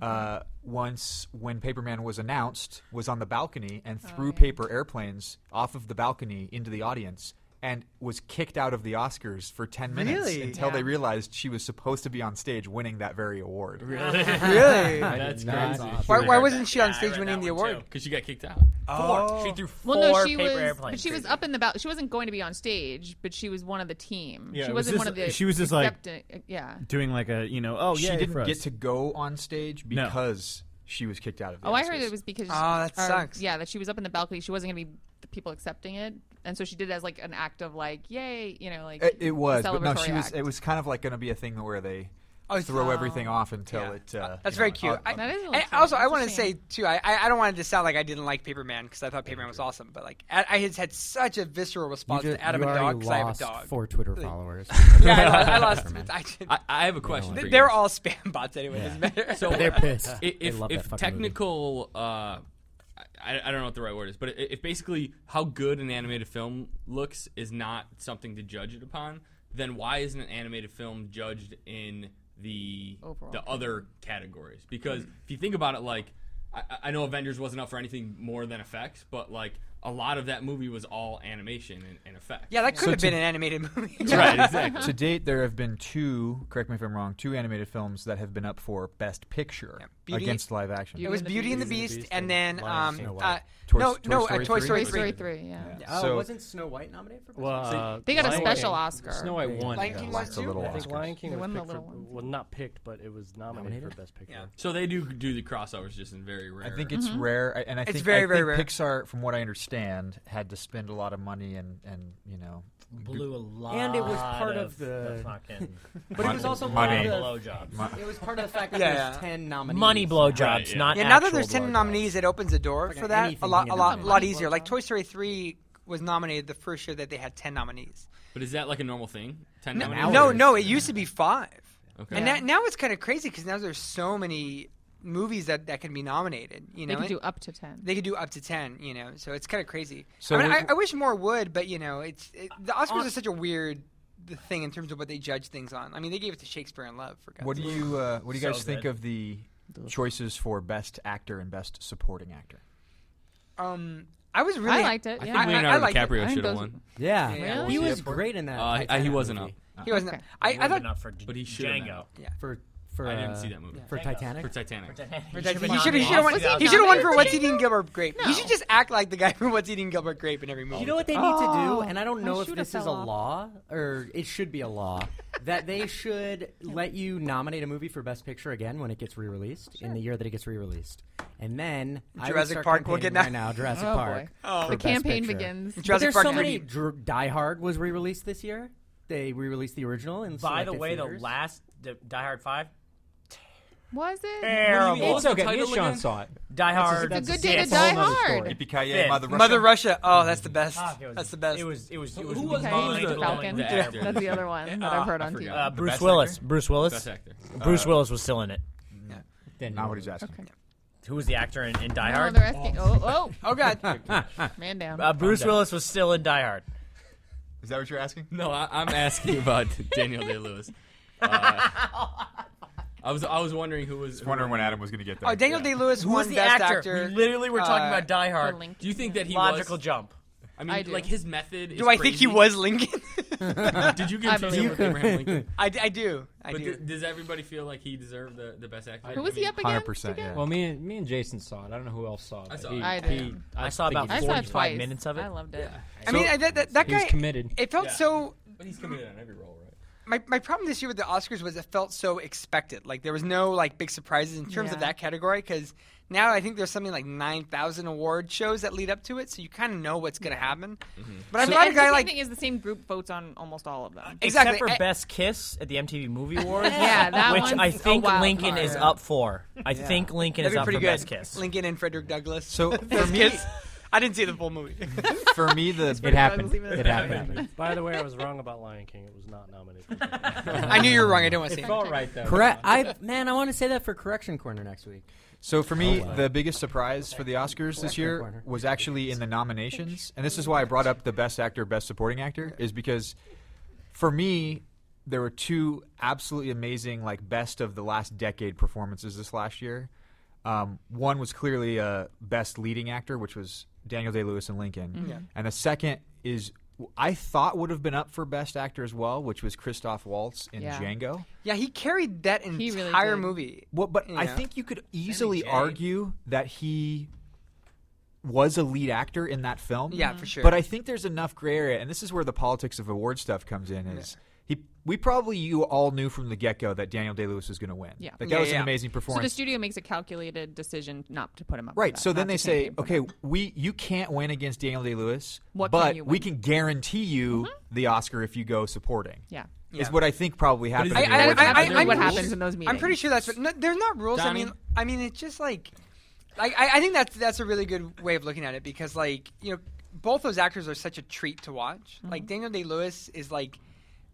F: uh, once when Paperman was announced, was on the balcony and
I: Oh,
F: threw paper airplanes off of the balcony into the audience. And was kicked out of the Oscars for ten minutes
I: Really?
F: until they
I: Yeah.
F: realized she was supposed to be on stage winning that very award.
C: Really?
I: Really?
C: That's crazy.
I: Why, why wasn't she on stage winning the award?
C: Because she got kicked out.
I: Oh.
C: Four. She threw four
L: Well, no, she
C: paper
L: was.
C: airplanes.
L: But she was up in the ballot. She wasn't going to be on stage, but she was one of the team.
G: Yeah,
L: she
G: it was
L: wasn't
G: just-
L: one of the.
G: she was just like-
L: accepting- yeah.
G: doing like a you know oh
F: she
G: yeah
F: didn't get to go on stage
G: No.
F: because she was kicked out of. The
L: Oh, I
F: Oscars. Ah,
L: heard it was because.
I: Oh, that
L: or,
I: sucks.
L: Yeah, that she was up in the balcony. She wasn't going to be the people accepting it, and so she did it as like an act of like, yay, you know, like
F: It, it
L: a
F: was, but no, she
L: celebratory
F: was.
L: act.
F: It was kind of like going to be a thing where they
I: Oh,
F: throw
I: oh.
F: everything off until it. Uh,
I: That's
F: you
I: very
F: know,
I: cute.
F: uh,
I: I,
L: That is a
I: and
L: little cute.
I: also, I
L: That's a
I: want to
L: shame.
I: say too, I, I I don't want it to sound like I didn't like Paperman because I thought Paperman was awesome, but like I, I had had such a visceral response
K: ju-
I: to Adam
K: you
I: and
K: already
I: Dog because I have a
K: lost
I: dog.
K: four Twitter
I: Like-
K: followers.
I: yeah, I lost. I, lost
K: Paperman.
I: I, did-
C: I, I have a question.
I: They-
C: for you
I: They're
C: guys.
I: all spam bots anyway. Doesn't matter.
C: So uh,
K: They're pissed.
C: i-
K: They
C: If,
K: love that
C: if
K: fucking movie.
C: technical, uh, I, I don't know what the right word is, but i- if basically how good an animated film looks is not something to judge it upon, then why isn't an animated film judged in the
L: Overall.
C: the other categories? Because
I: Mm.
C: if you think about it, like I, I- I know Avengers wasn't up for anything more than effects, but like a lot of that movie was all animation and, and effects.
I: yeah, that could
F: So
I: have been
F: to-
I: an animated movie.
C: Right, exactly.
F: To date, there have been two. Correct me if I'm wrong. Two animated films that have been up for Best Picture
I: Beauty-
F: against live action.
I: it was Beauty and the Beast, and then
K: Lion
I: um,
K: King. Snow
I: uh,
K: White.
F: Toy-
I: no,
F: Toy Story
I: no, uh, Toy
F: three?
I: Story
L: Toy Story
I: three.
L: three. Yeah.
K: Oh,
F: So-
K: wasn't Snow White nominated for? Best
E: Well,
K: Picture?
E: uh,
L: They got a
E: Lion
L: special
E: King-
L: Oscar.
D: Snow White won.
I: Lion
F: Yeah,
I: King
F: lots
I: was
F: of
I: too?
F: little
E: I think
F: Oscars.
E: Lion King
L: They
E: was
L: won the
E: picked for,
L: little ones.
E: well, not picked, but it was nominated, for Best Picture.
I: Yeah.
C: So they do do the crossovers, just in very rare.
F: I think it's rare, I- and I
I: Mm-hmm. It's
F: think,
I: very,
F: I
I: very
F: think
I: rare.
F: Pixar, from what I understand, had to spend a lot of money and and you know,
M: blew a lot.
K: And it was part of
M: the,
K: the-
M: fucking.
K: But it was also part
F: Money.
K: of
M: blow
K: the.
M: jobs.
K: It was part of the fact that
I: Yeah,
K: there's
I: yeah.
K: ten nominees.
J: Money blowjobs,
C: Right, yeah.
J: not
I: Yeah, now that
J: actual
I: there's ten
J: blowjobs.
I: nominees, it opens the door
K: Fucking
I: for that a
K: anything
I: lot, a
K: you can
I: lot,
K: nominate.
I: lot
K: Money
I: easier. Like
L: blowjob.
I: Toy Story three was nominated the first year that they had ten nominees.
C: But is that like a normal thing? Ten
I: No,
C: nominees?
I: no, no, it used to be five,
C: Okay.
I: and
L: Yeah.
I: that, now it's kind of crazy because now there's so many movies that, that can be nominated. You know,
L: they could do
I: and
L: up to ten.
I: they could do up to ten. You know, so it's kind of crazy.
F: So
I: I, mean,
F: we-
I: I, I wish more would, but you know, it's it, the Oscars are such a weird thing in terms of what they judge things on. I mean, they gave it to Shakespeare in Love for God's
F: what do
I: sake.
F: you uh, what do you
M: So
F: guys think
M: good.
F: of the choices for Best Actor and Best Supporting Actor?
I: Um, I was really
L: I liked it.
C: I
L: Yeah.
C: think Leonardo
I: liked it.
L: I
C: DiCaprio
L: think
C: should have
L: those-
C: won,
K: Yeah,
I: Yeah.
K: he
F: Really?
K: was great in that.
C: Uh, he-
K: Titanic
C: he wasn't
K: movie.
I: He wasn't.
L: Okay.
I: I, I thought
M: enough for
C: but he should have
M: Django.
K: for for.
C: I didn't
K: uh,
C: see that movie.
K: for
M: Django.
K: Titanic.
C: for Titanic.
I: He should
L: nominated.
I: have won.
L: Was he
I: He should have won for
L: nominated?
I: What's Eating Gilbert Grape.
L: No.
I: He should just act like the guy from What's Eating Gilbert Grape in every movie.
K: You know what they need
L: Oh,
K: to do, and I don't
L: my
K: know if
L: shoe
K: this
L: fell
K: is a
L: off.
K: law or it should be a law that they should let you nominate a movie for Best Picture again when it gets
L: Oh,
K: re-released in the year that it gets re-released, and then I would
I: Jurassic
K: start
I: Park will get
K: campaigning right
I: nom-
K: now. Jurassic
L: Oh, boy.
K: Park. for
L: the
K: Best
L: campaign
K: Picture.
L: begins.
K: But
I: Jurassic
K: there's
I: Park
K: so
I: could
K: many.
I: be-
K: Dr- Die Hard was re-released this year. They re-released the original. And
J: By the way, the last D- Die Hard Five,
L: Was it?
J: Terrible.
D: It's okay. Me and
C: title
D: Sean
C: again?
D: saw it.
J: Die Hard.
L: It's a good day
J: six.
L: to
D: a whole
L: die
D: nother
L: hard.
D: story.
F: Yippee Mother Russia.
I: Mother Russia. Oh, that's the best.
J: Fuck, it was-
I: that's the best.
J: It was. It was. It was
C: Who was
L: Okay,
C: Mind
L: the
C: blowing
L: Falcon.
C: the actor.
L: That's the other one that I've heard
C: I
L: on TV.
C: forgot.
J: Uh,
C: The
J: Bruce
F: best
J: Willis.
F: actor?
J: Bruce Willis.
C: Best actor.
J: Bruce Willis was still in it.
F: Not what he's asking.
L: Okay.
J: Who was the actor in, in Die
L: Oh,
J: Hard?
L: they're asking. Oh,
I: oh god.
L: oh, man down.
J: Uh, Bruce Willis was still in Die Hard.
F: Is that what you're asking?
C: No, I, I'm asking about Daniel Day Lewis. Uh, I was I was wondering who was.
F: wondering when Adam was going to get
I: Oh, Daniel Day Lewis
J: Who was
I: won
J: the
I: Best
J: actor?
I: Actor. uh,
J: We literally were talking about Die Hard. The Lincoln.
C: Do you think that he
J: Logical
C: was,
J: jump.
C: I mean,
I: I do.
C: like his method. Is
I: Do I think he
C: crazy.
I: was Lincoln?
C: Did you confuse him with Abraham Lincoln?
I: I, d- I do. I
C: but
I: do.
C: th- does everybody feel like he deserved the, the best actor?
L: Who was he
C: I mean-
L: up against? 100%,
D: yeah. Well, me and me and Jason saw it. I don't know who else saw it.
C: I
D: but
C: saw
D: he-
C: it.
L: I
D: he-
L: did.
J: I saw about
L: I saw it
J: 45
L: twice.
J: minutes of it.
L: I loved it.
I: I mean, I, that, that, that
D: he was
I: guy
D: committed.
I: It felt
C: Yeah.
I: so.
C: But he's committed on every role, right?
I: My, my problem this year with the Oscars was it felt so expected. Like there was no like big surprises in terms of
L: Yeah.
I: that category because now I think there's something like nine thousand award shows that lead up to it, so you kind of know what's going to happen.
J: Mm-hmm.
I: But I
L: And the-
I: thought a
L: and the
I: guy
L: same
I: like
L: thing is the same group votes on almost all of them.
I: exactly Eh.
J: Except for
I: I-
J: Best Kiss at the MTV Movie Awards.
L: Yeah, that
J: Which
L: one's
J: I
L: a
J: think
L: wild
J: Lincoln
L: card.
J: is up for. I
I: Yeah.
J: think Lincoln
I: That'd
J: is
I: be
J: up for
I: pretty good.
J: Best Kiss.
I: Lincoln and Frederick Douglass.
F: So,
I: for
F: for
I: me, I didn't see the full movie.
F: For me, the
D: It happened. It happened.
E: By the way, I was wrong about Lion King. It was not nominated.
I: I knew you were wrong. I didn't want to see it.
D: felt right though.
K: Correct. I man, I want to say that for correction corner next week. Oh,
F: So for me, the biggest surprise for the Oscars this year
K: corner.
F: was actually in the nominations, and this is why I brought up the Best Actor, Best Supporting Actor, is because for me, there were two absolutely amazing, like best of the last decade performances this last year. Um, one was clearly uh, Best Leading Actor, which was Daniel Day Lewis and Lincoln,
I: Yeah.
F: and the second is. I thought would have been up for Best Actor as well, which was Christoph Waltz in
L: Yeah.
F: Django.
I: Yeah, he carried that
L: He really
I: entire
L: did.
I: movie.
F: Well, but I
I: Yeah.
F: think you could easily
J: Jane.
F: argue that he was a lead actor in that film.
I: Yeah, for sure.
F: But I think there's enough gray area, and this is where the politics of award stuff comes in. Is he? We probably you all knew from the get go that Daniel Day Lewis was going to win.
L: Yeah.
F: like that
I: Yeah,
F: was an
I: yeah.
F: amazing
L: So the
F: performance.
L: studio makes a calculated decision not to put him up. for
F: Right,
L: that,
F: so then
L: not
F: they
L: to campaign
F: say,
L: for
F: okay,
L: that.
F: we you can't win against Daniel Day Lewis,
L: What can
F: but
L: you
F: we
L: win? Mm-hmm.
F: can guarantee you the Oscar if you go supporting.
L: yeah.
F: Is
I: Yeah.
F: what I think probably happened.
C: is
F: in
C: it-
F: the
C: I-
F: awards.
C: I- I-
L: That's
I: I'm
L: what
I: pretty
L: happens
I: sure-
L: in those meetings.
I: I'm pretty sure that's what. No, there's not rules. I mean,
C: Donnie?
I: I mean, it's just like, like I, I think that's that's a really good way of looking at it because like you know, both those actors are such a treat to watch.
L: Mm-hmm.
I: Like Daniel Day Lewis is like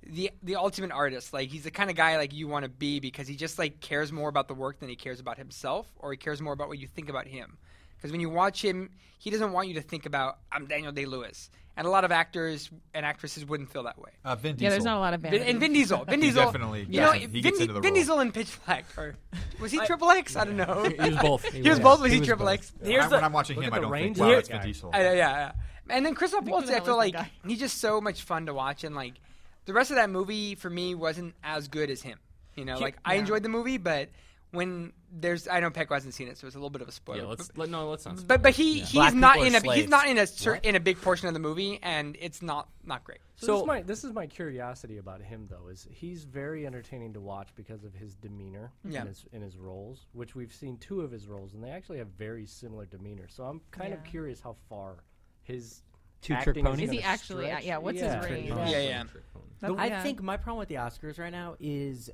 I: the the ultimate artist. Like he's the kind of guy like you want to be because he just like cares more about the work than he cares about himself, or he cares more about what you think about him. Because when you watch him, he doesn't want you to think about I'm Daniel Day Lewis, and a lot of actors and actresses wouldn't feel that way.
F: Uh, Vin
L: Yeah, there's
F: Diesel.
L: not a lot of
I: Vin,
L: vanity.
I: and Vin Diesel. Vin
F: He
I: Diesel
F: definitely
I: You
F: gets
I: know,
F: in- he
I: Vin,
F: gets into the
I: Vin
F: role.
I: Diesel in Pitch Black, or was he Triple X? I don't know.
C: He was both.
I: He was both. Was he Triple X?
J: Here's
F: I-
J: the-
F: when I'm watching
E: look
F: him,
E: at
F: I
E: the
F: don't
E: range
F: think
E: of
F: wow, it's
E: that
F: Vin
E: guy.
F: Diesel.
I: I- yeah, yeah. And then Christoph Waltz,
L: that
I: I feel
L: was
I: like
L: the guy.
I: he's just so much fun to watch, and like the rest of that movie for me wasn't as good as him. You know, like I enjoyed the movie, but when there's, I know Peck hasn't seen it, so it's a little bit of a spoiler.
C: Yeah, let's let, no, let's not.
I: but but he
J: Black
I: he's not
J: people are
I: in a he's
J: slaves.
I: not in a cer- in a big portion of the movie, and it's not not great.
E: So,
G: So-
E: this, is my, this is my curiosity about him, though, is he's very entertaining to watch because of his demeanor
I: Yeah.
E: and his, in his roles, which we've seen two of his roles, and they actually have very similar demeanor. So I'm kind of
L: Yeah.
E: curious how far his
D: Two Trick
E: acting
D: Pony?
E: Is,
D: Is
L: he
E: gonna
L: actually- uh,
E: stretch.
L: yeah, what's his
E: yeah.
L: range?
I: Yeah, yeah.
L: That's-
K: I
L: yeah.
K: think my problem with the Oscars right now is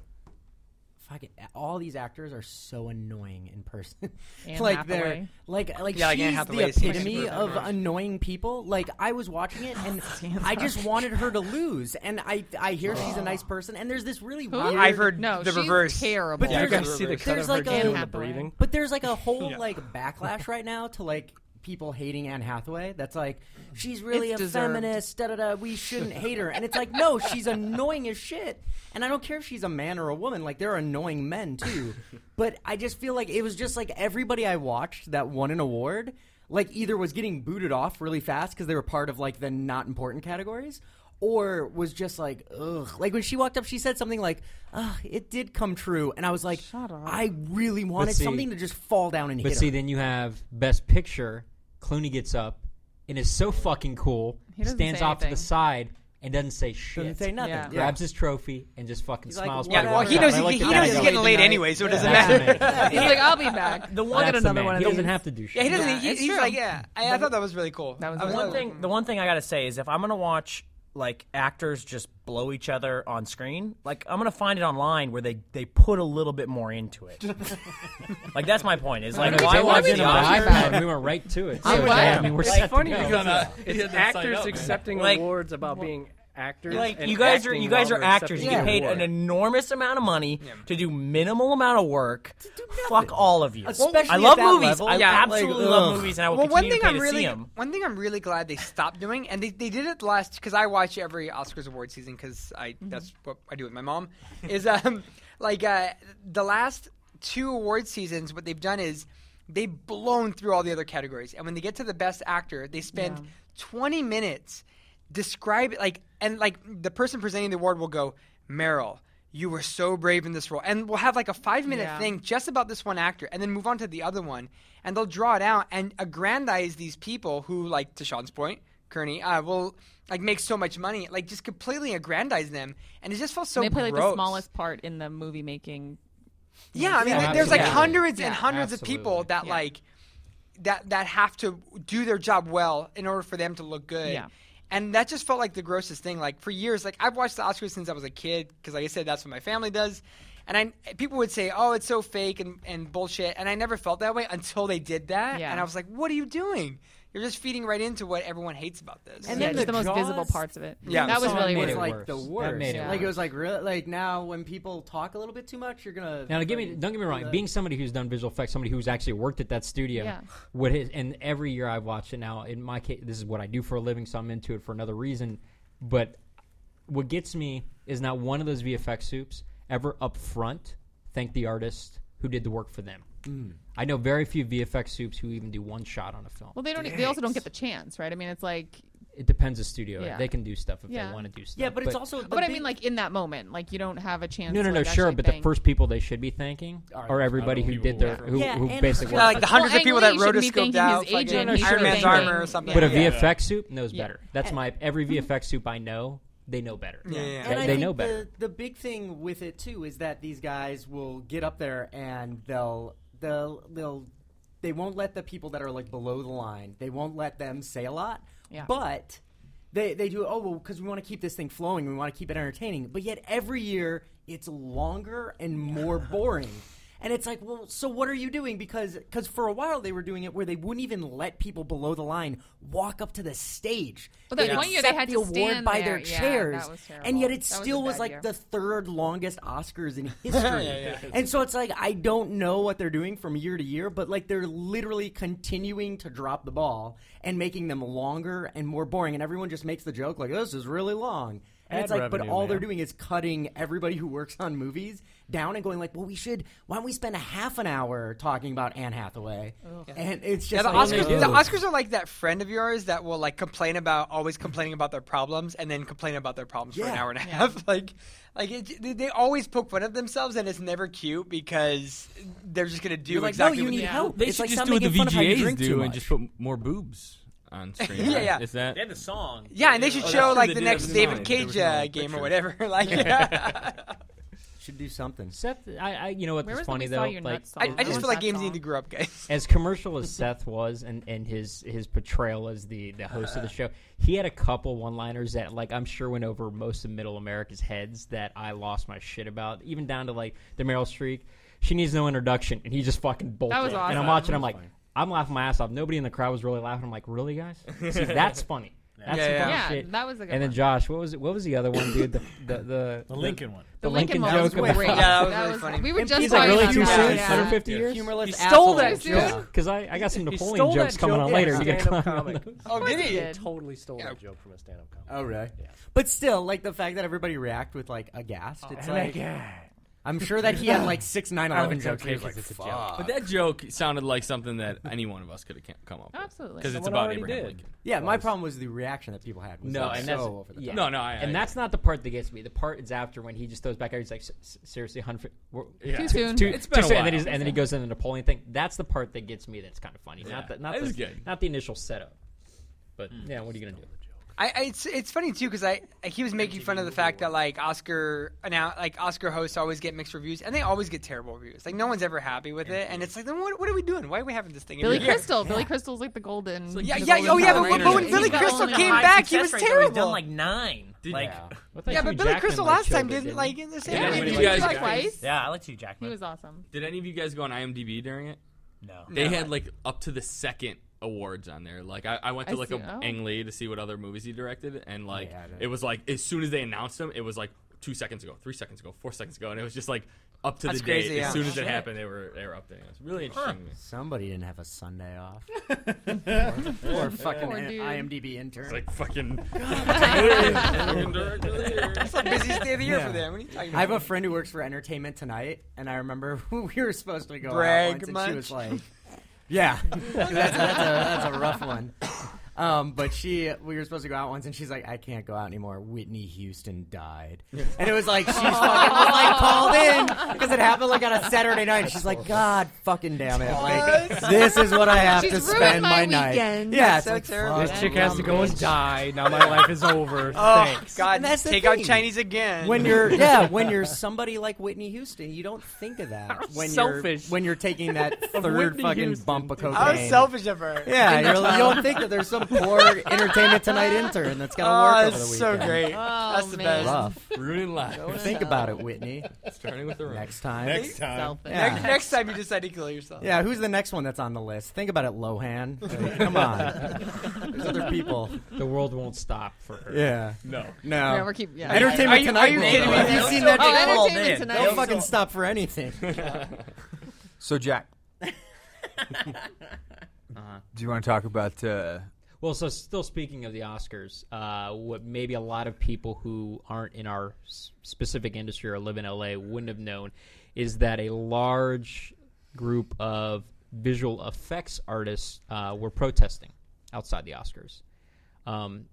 K: fucking all these actors are so annoying in person.
L: Anne
K: like they're
L: Hathaway.
K: like like
I: Yeah, like Anne
K: she's
I: Hathaway
K: the
I: is huge.
K: epitome
I: Fucking
K: of
I: brutal.
K: annoying people. Like I was watching it and I just wanted her to lose. And I I hear she's a nice person. And there's this really weird.
I: I've heard
L: no,
I: the
L: she's
I: reverse.
L: Terrible.
K: But Yeah,
E: You
K: there's-
E: guys see the cut
K: There's
E: of her
K: like a-
E: doing the
L: Anne Hathaway.
E: breathing?
K: But there's like a whole like backlash right now to like people hating Anne Hathaway. That's like she's really
L: It's
K: a
L: deserved.
K: feminist. Da da da. We shouldn't hate her. And it's like no, she's annoying as shit. And I don't care if she's a man or a woman. Like there are annoying men too. but I just feel like it was just like everybody I watched that won an award. Like either was getting booted off really fast because they were part of like the not important categories, or was just like ugh. Like when she walked up, she said something like, "Ugh, it did come true," and I was like,
L: Shut up.
K: "I really want." wanted
D: But see-
K: something to just fall down and
D: But
K: hit
D: see,
K: him.
D: then you have Best Picture. Clooney gets up and is so fucking cool.
L: He doesn't
D: stands
L: say
D: off to the
L: anything.
D: side and doesn't say shit.
K: Doesn't say nothing.
L: Yeah.
D: Grabs his trophy and just fucking
K: He's like,
D: smiles.
I: Yeah,
K: Whatever.
I: well, he
K: Yeah,
I: knows
K: but
I: he,
K: I like
I: he
K: that
I: knows
K: guy.
I: he's getting late
K: Tonight.
I: anyway, so it doesn't
D: That's the
I: matter.
D: man.
L: He's like, I'll be back.
J: The one,
D: That's
J: another
D: the man.
J: one
D: He
J: of
D: doesn't
J: these.
D: have to do
I: Yeah,
D: shit.
I: he doesn't.
L: Yeah,
I: he,
L: it's
I: he's
L: true.
I: like, yeah. I, I thought that was "Oh, really cool.
L: That was
I: I
L: really
J: one
L: cool.
J: thing the one thing I gotta say is if I'm gonna watch like actors just blow each other on screen, like I'm gonna find it online where they they put a little bit more into it. like that's my point. Is like
D: They
J: why
D: watched
J: watch the
D: it on my
J: Oscars?
D: iPad. and We went right to it. So,
L: what?
D: yeah, I mean, we're
E: It's
D: set to
E: funny
D: go.
E: because uh,
C: No, no, he
E: it's
C: doesn't sign
E: actors
C: up, man.
E: accepting
J: Like-
E: awards about being actors.
J: Like
E: and
J: you guys are
E: acting
J: you guys
E: while
J: are
E: they're
J: actors. You
E: accepting
J: get
E: the
J: paid
E: award.
J: an enormous amount of money to do minimal amount of work. Fuck all of you.
I: Especially
J: I love
I: at that
J: movies.
I: level.
J: I
I: Yeah,
J: absolutely
I: like,
J: love
I: ugh.
J: movies, and I will
I: well, one
J: continue
I: thing
J: to pay
I: I'm
J: to
I: really,
J: see them.
I: One thing I'm really glad they stopped doing, and they, they did it last because I watch every Oscars award season because I that's what I do with my mom. is um like uh the last two award seasons, what they've done is they've blown through all the other categories, and when they get to the best actor, they spend
E: Yeah.
I: 20 minutes describe like and like the person presenting the award will go meryl you were so brave in this role and we'll have like a five minute
E: Yeah.
I: thing just about this one actor and then move on to the other one and they'll draw it out and aggrandize these people who like to sean's point kearney uh, will like make so much money like just completely aggrandize them and it just felt so
L: they play like
I: gross.
L: the smallest part in the movie making.
I: Yeah, I mean,
L: Yeah,
I: th- there's like
L: absolutely.
I: hundreds
L: Yeah,
I: and hundreds of people that like that that have to do their job well in order for them to look good.
L: Yeah.
I: And that just felt like the grossest thing. Like for years, like I've watched the Oscars since I was a kid because, like I said, that's what my family does. And I people would say, "Oh, it's so fake and, and bullshit," and I never felt that way until they did that.
L: Yeah.
I: And I was like, "What are you doing? You're just feeding right into what everyone hates about this."
L: And Yeah, then just the the most visible Jaws parts of it.
I: Yeah,
L: That was
K: song
L: really
K: made
L: weird.
K: it like
L: worse.
K: the
L: That
K: worst.
D: made it
K: like it
D: worse.
K: was like real like now when people talk a little bit too much, you're gonna
D: Now, give me
K: like,
D: don't get me wrong.
K: that.
D: Being somebody who's done visual effects, somebody who's actually worked at that studio,
K: Yeah.
D: what his, and every year I've watched it. Now, in my case, this is what I do for a living, so I'm into it for another reason. But what gets me is not one of those VFX soups ever up front thank the artist who did the work for them.
L: Mm.
D: I know very few VFX soups who even do one shot on a film.
L: Well, they don't. They also don't get the chance, right? I mean, it's like
D: It depends the studio.
L: Yeah.
D: They can do stuff if
L: Yeah.
D: they want to do stuff.
L: But I mean, like in that moment, like you don't have a chance.
D: No, no,
L: to,
D: no.
L: like,
D: Sure,
L: actually
D: but
L: thank-
D: the first people they should be thanking
L: Are
D: are everybody who did their who,
L: Yeah,
D: who
L: and-
D: basically
I: Yeah, like the hundreds
L: Well,
I: of people
L: Ang
I: that
L: Lee
I: wrote
L: should
I: a
L: be thanking
I: scooped
L: his
I: out fucking
L: agent.
I: Iron
L: He should
I: Man's
L: be thanking-
I: armor or something.
D: But a
I: Yeah.
D: VFX soup knows
K: Yeah.
D: better. That's my every VFX soup I know. They know better.
I: Yeah, yeah, yeah.
D: They,
K: And I
D: they
K: think
D: know better.
K: The, the big thing with it too is that these guys will get up there and they'll they'll they'll they won't let the people that are like below the line. They won't let them say a lot.
L: Yeah.
K: But they they do oh well because we want to keep this thing flowing. We want to keep it entertaining. But yet every year it's longer and more boring. And it's like, well, so what are you doing? Because cause for a while they were doing it where they wouldn't even let people below the line walk up to the stage.
L: Well, that
K: They'd
L: one year they
K: accept
L: had
K: the
L: to
K: award
L: stand
K: by
L: there.
K: their
L: Yeah, that
K: chairs,
L: was
K: and
L: terrible.
K: yet it
L: That was a
K: still was,
L: bad
K: like
L: year.
K: the third longest Oscars in history.
L: Yeah, yeah, yeah.
K: And so it's like I don't know what they're doing from year to year, but like they're literally continuing to drop the ball and making them longer and more boring, and everyone just makes the joke like this is really long. And
J: Ad
K: it's like, but
J: revenue,
K: all
J: man.
K: they're doing is cutting everybody who works on movies down and going like, well, we should. Why don't we spend a half an hour talking about Anne Hathaway? And it's just
I: yeah, the
K: like-
I: Oscars. The Oscars are like that friend of yours that will like complain about always complaining about their problems and then complain about their problems for an
K: Yeah.
I: hour and a
K: Yeah.
I: half. Like, like it, they, they always poke fun at themselves and it's never cute because they're just gonna do
K: You're like, no,
I: exactly.
K: you
I: what
K: need
I: do.
K: help.
C: They
K: It's
C: should
K: like
C: just
K: stop
C: do what the
K: making fun of how you
C: VGAs
K: drink too
C: do and
K: much.
C: just put more boobs on screen.
I: Yeah,
C: right?
I: yeah.
C: Is that
J: They had the song.
I: Yeah, and they should
J: Oh, that's
I: show
J: true,
I: like
J: they
I: the
J: did
I: next
J: have the
I: David
J: song.
I: Cage
J: There was
I: uh,
J: no
I: game or
J: pictures.
I: whatever. Like,
K: should do something.
D: Seth, I, I you know what
I: Where
D: was
I: was the
D: funny
I: We Saw
D: though?
I: Your
D: Like,
I: Nuts song? I- I just Where feel was like that games need to song? grow up, guys.
D: As commercial as Seth was, and, and his his portrayal as the the host of the show, he had a couple one liners that like I'm sure went over most of Middle America's heads that I lost my shit about, even down to like the Meryl Streak. She needs no introduction, and he just fucking bolted.
L: was
D: And I'm
L: awesome.
D: watching. I'm
L: That was
D: like, I'm laughing my ass off. Nobody in the crowd was really laughing. I'm like, really, guys? See, that's funny.
L: Yeah.
D: That's
L: Yeah,
D: some
L: yeah.
D: funny
L: Yeah,
D: shit.
L: that was a good
D: And then
L: one.
D: Josh, what was it? What was the other one, dude? The the the,
G: The Lincoln one.
D: The,
L: The
D: Lincoln,
L: Lincoln one was
D: joke. about-
L: great. Yeah, that was That really was- funny. we were just
D: He's like
L: talking
D: really
L: about
D: too
L: that.
D: soon.
L: Yeah.
D: 150 years.
K: Humorless
D: You
K: stole asshole. that joke.
D: because I, I got some
K: He
D: Napoleon
K: stole
D: jokes
K: that
D: coming
K: joke
D: on
K: from
D: later.
K: a
D: You got
K: stand-up
D: comic.
K: comic.
I: Oh,
K: did
E: he?
K: did.
E: Totally stole that joke from a stand-up comic.
K: Oh, really? But still, like the fact that everybody react with like aghast, it's
E: and
K: like
E: aghast.
K: I'm sure that he had like six nine
E: Oh,
K: eleven
E: it's
K: jokes.
E: okay
K: where he was like,
E: 'cause it's a
K: "Fuck."
E: joke.
C: But that joke sounded like something that any one of us could have come up with.
L: Absolutely.
C: Because it's
K: Someone
C: about
K: already
C: Abraham
K: did.
C: Lincoln.
K: Yeah, my problem was the reaction that people had. Was
D: No,
K: like,
D: and
K: so
D: that's
K: over the
D: yeah.
K: top.
C: No, no, I-
D: and
C: I-
D: that's not the part that gets me. The part is after when he just throws back. He's like, "S- s- seriously, hundred.
C: Yeah. Too soon. It's been a
D: And then,
C: while.
D: he's- and then he goes into the Napoleon thing. That's the part that gets me. That's kind of funny.
C: Yeah.
D: Not the, not
C: It
D: the,
C: was good.
D: Not the initial setup. But yeah, what are you gonna do?
I: I, I it's it's funny too because I like, he was making fun of the fact that like Oscar now like Oscar hosts always get mixed reviews and they always get terrible reviews. Like no one's ever happy with it, and it's like then what, what are we doing? Why are we having this thing?
L: Billy
I: every year?
L: Crystal. Billy Crystal's like the golden.
I: Yeah,
L: the
I: yeah,
L: golden
I: oh, yeah,
L: power
I: but- but
L: ranger.
I: when
L: He's
I: Billy
L: got
I: Crystal
L: only
I: came
L: high
I: back, he
L: success
I: was
L: rate,
J: Though He's
I: terrible.
J: done like nine. like,
I: Yeah, but Billy Crystal last time didn't like it the same.
C: Yeah,
I: way.
C: did you
I: He
C: guys-
I: was
C: guys-
I: twice.
J: Yeah, I like Hugh Jackman.
L: He was awesome.
C: Did any of you guys go on IMDb during it?
J: No.
C: They
J: No.
C: had like up to the second awards on there. Like I, I went to
J: I
C: like
J: see.
C: a
J: Oh.
C: Ang Lee to see what other movies he directed, and like
J: Yeah, I don't-
C: it was like as soon as they announced him, it was like two seconds ago, three seconds ago, four seconds ago, and it was just like up to
I: That's
C: the date.
I: crazy, yeah.
C: As soon as
I: Shit.
C: it happened, they were they were up there. It was really interesting. to me.
K: Somebody didn't have a Sunday off.
C: Poor
K: Or fucking
C: dude.
K: an IMDb intern.
C: It's like fucking.
K: It's
I: It's the busiest day of the year for them. What are you talking
K: I have a
I: about?
K: friend who works for Entertainment Tonight, and I remember we were supposed to go
I: Brag
K: out once, and she was
I: much?
K: like, "Yeah, that's, that's, a, that's a rough one." Um, but she, we were supposed to go out once, and she's like, "I can't go out anymore. Whitney Houston died," and it was like she's fucking was like called in because it happened like on a Saturday night. and She's like, "God fucking damn it! Like, this is what I have
I: She's
K: to
I: ruined
K: spend
I: my
K: my, night."
I: weekend.
K: Yeah,
I: That's
K: it's
I: so
K: like,
I: terrible.
K: fuck
E: This chick has to
K: you,
E: go and
K: bitch.
E: die. Now my life is over.
K: Oh,
E: Thanks.
I: God,
K: And that's the
I: take out
K: thing.
I: Chinese again.
K: When you're yeah, when you're somebody like Whitney Houston, you don't think of that when
I: selfish.
K: you're when you're taking that
I: Of
K: third
I: Whitney
K: fucking
I: Houston.
K: bump of cocaine.
I: I was selfish of her.
K: Yeah,
I: In the
K: you're, you
I: club.
K: don't think that there's some poor Entertainment Tonight intern that's got to
I: Oh,
K: work over
I: that's
K: the
I: so
K: weekend.
I: great. Oh, That's the man. best.
K: Rough.
C: Ruining lives.
K: Think about it, Whitney.
C: Starting with the room.
K: next time.
I: Next time.
K: Yeah.
I: Next, next time you decide to kill yourself.
K: Yeah, who's the next one that's on the list? Think about it, Lohan. Like, come on. There's other people.
D: The world won't stop for her.
K: Yeah.
C: No.
K: No.
L: Yeah, we're keep- yeah.
K: Entertainment
L: Are you- are
K: Tonight.
L: you
K: will,
L: kidding
K: though.
L: me?
K: Have you
L: They'll
K: seen
L: stop-
K: that?
L: Oh,
K: chick?
L: Entertainment
K: man,
L: Tonight
K: They'll
L: is
K: fucking
L: so-
K: stop for anything.
F: So Jack,
I: Uh-huh.
F: do you want to talk about? Uh,
D: Well, so still speaking of the Oscars, uh, what maybe a lot of people who aren't in our s- specific industry or live in LA wouldn't have known is that a large group of visual effects artists uh, were protesting outside the Oscars. Um,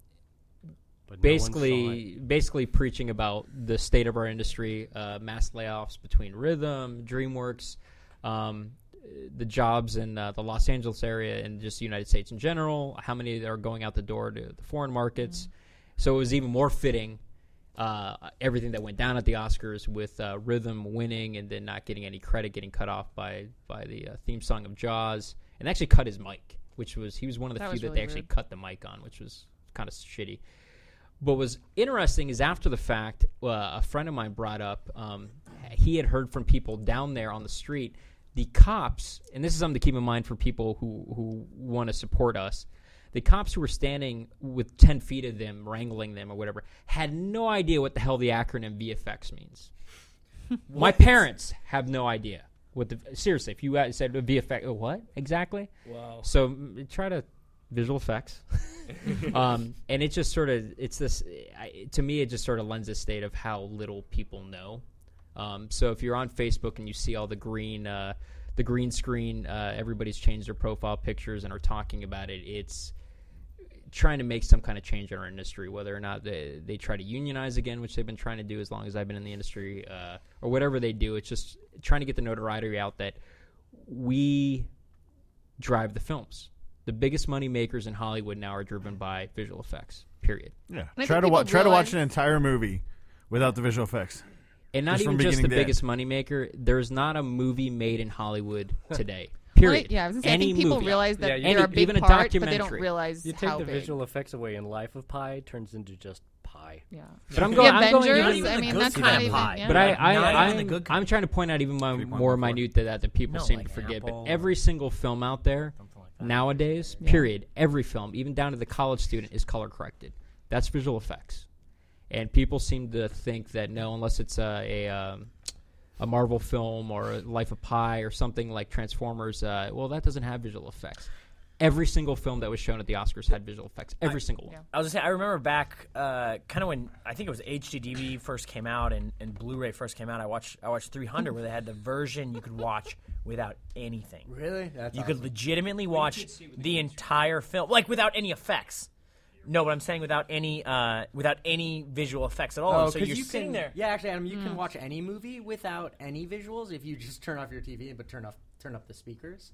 E: But no one saw
D: basically, basically preaching about the state of our industry, uh, mass layoffs between Rhythm, DreamWorks, um, the jobs in uh, the Los Angeles area and just the United States in general. How many are going out the door to the foreign markets?
L: Mm-hmm.
D: So it was even more fitting. Uh, everything that went down at the Oscars with uh, Rhythm winning and then not getting any credit, getting cut off by by the uh, theme song of Jaws, and they actually cut his mic, which was he was one of the
L: That
D: few
L: was
D: that
L: really
D: they actually
L: rude.
D: cut the mic on, which was kind of shitty. What was interesting is after the fact, uh, a friend of mine brought up um, he had heard from people down there on the street. The cops, and this is something to keep in mind for people who, who want to support us, the cops who were standing with 10 feet of them, wrangling them or whatever, had no idea what the hell the acronym VFX means. My parents have no idea what the seriously. If you guys said VFX, oh, what exactly?
E: Wow.
D: So mm, try to visual effects, um, and it just sort of it's this. I, to me, it just sort of lends a state of how little people know. Um, so if you're on Facebook and you see all the green, uh, the green screen, uh, everybody's changed their profile pictures and are talking about it. It's trying to make some kind of change in our industry, whether or not they, they try to unionize again, which they've been trying to do as long as I've been in the industry, uh, or whatever they do. It's just trying to get the notoriety out that we drive the films. The biggest money makers in Hollywood now are driven by visual effects. Period.
G: Yeah.
D: And I
G: Try
D: think
G: to wa-
D: people
G: try to watch
D: realize-
G: an entire movie without the visual effects.
D: And not
G: from
D: even just the
G: beginning to end.
D: biggest moneymaker. There's not a movie made in Hollywood today.
L: Well,
D: Period.
L: yeah, I was gonna say, I
D: Any
L: think people
D: movie.
L: realize that Yeah, you- they're
D: Any-
L: a big
D: even
L: part,
D: a
L: but they don't
D: documentary.
L: realize
E: You take
L: how
E: the
L: big.
E: visual effects away, and Life of Pi turns into just pie.
L: Yeah.
D: But I'm going.
L: The
D: I'm going
L: Avengers,
D: even-
L: I mean, Not that's even the not good even- kind. yeah.
D: But I,
L: Like,
D: I,
L: not
D: I
L: even the
D: am I'm trying to point out even my, more minute that that, that people
L: No,
D: seem
L: like
D: to forget.
L: Apple
D: But
L: or
D: every single film out there nowadays, period, every film, even down to the college student, is color corrected. That's visual effects, and people seem to think that no, unless it's a a, um, a Marvel film or a Life of Pi or something like Transformers, uh, well, that doesn't have visual effects. Every single film that was shown at the Oscars had visual effects. Every single one.
J: I was gonna say I remember back, uh, kind of when I think it was HDTV first came out and, and Blu-ray first came out. I watched I watched 300 where they had the version you could watch without anything.
K: Really? That's
J: you
K: awesome.
J: could legitimately watch the entire film, like without any effects. No, but I'm saying without any uh, without any visual effects at
L: Oh,
J: all. And so
K: Oh, 'cause
J: you're
K: you
J: sitting
K: can-
J: there.
K: Yeah, actually, Adam, you
L: Hmm.
K: can watch any movie without any visuals if you just turn off your TV but turn off turn up the speakers.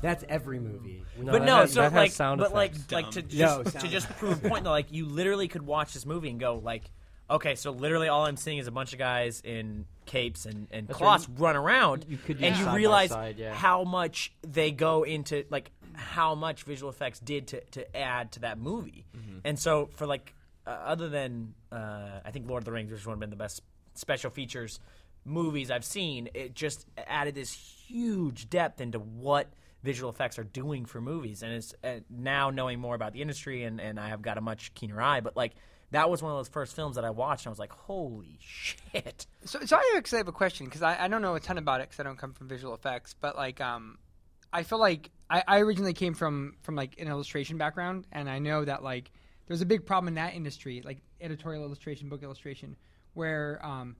K: That's every movie.
J: No, But that no, has- so, that has like- sound but, like- effects. like, to
K: No,
J: just-
K: sound
J: to just
K: effects.
J: prove a point though, like you literally could watch this movie and go like, okay, so literally all I'm seeing is a bunch of guys in capes and and
D: That's
J: cloths
D: right.
J: run around,
D: You could do
J: and
D: side
J: you
D: by
J: realize
D: side, yeah.
J: how much they go into like how much visual effects did to to add to that movie,
C: Mm-hmm.
J: and so for like uh, other than uh, I think Lord of the Rings, which is one of been the best special features movies I've seen, it just added this huge depth into what visual effects are doing for movies. And it's uh, now knowing more about the industry, and, and I have got a much keener eye. But like that was one of those first films that I watched, and I was like, holy shit!
I: So, so I actually have a question because I, I don't know a ton about it because I don't come from visual effects, but like, um, I feel like I, I originally came from from like an illustration background, and I know that like there's a big problem in that industry, like editorial illustration, book illustration, where um,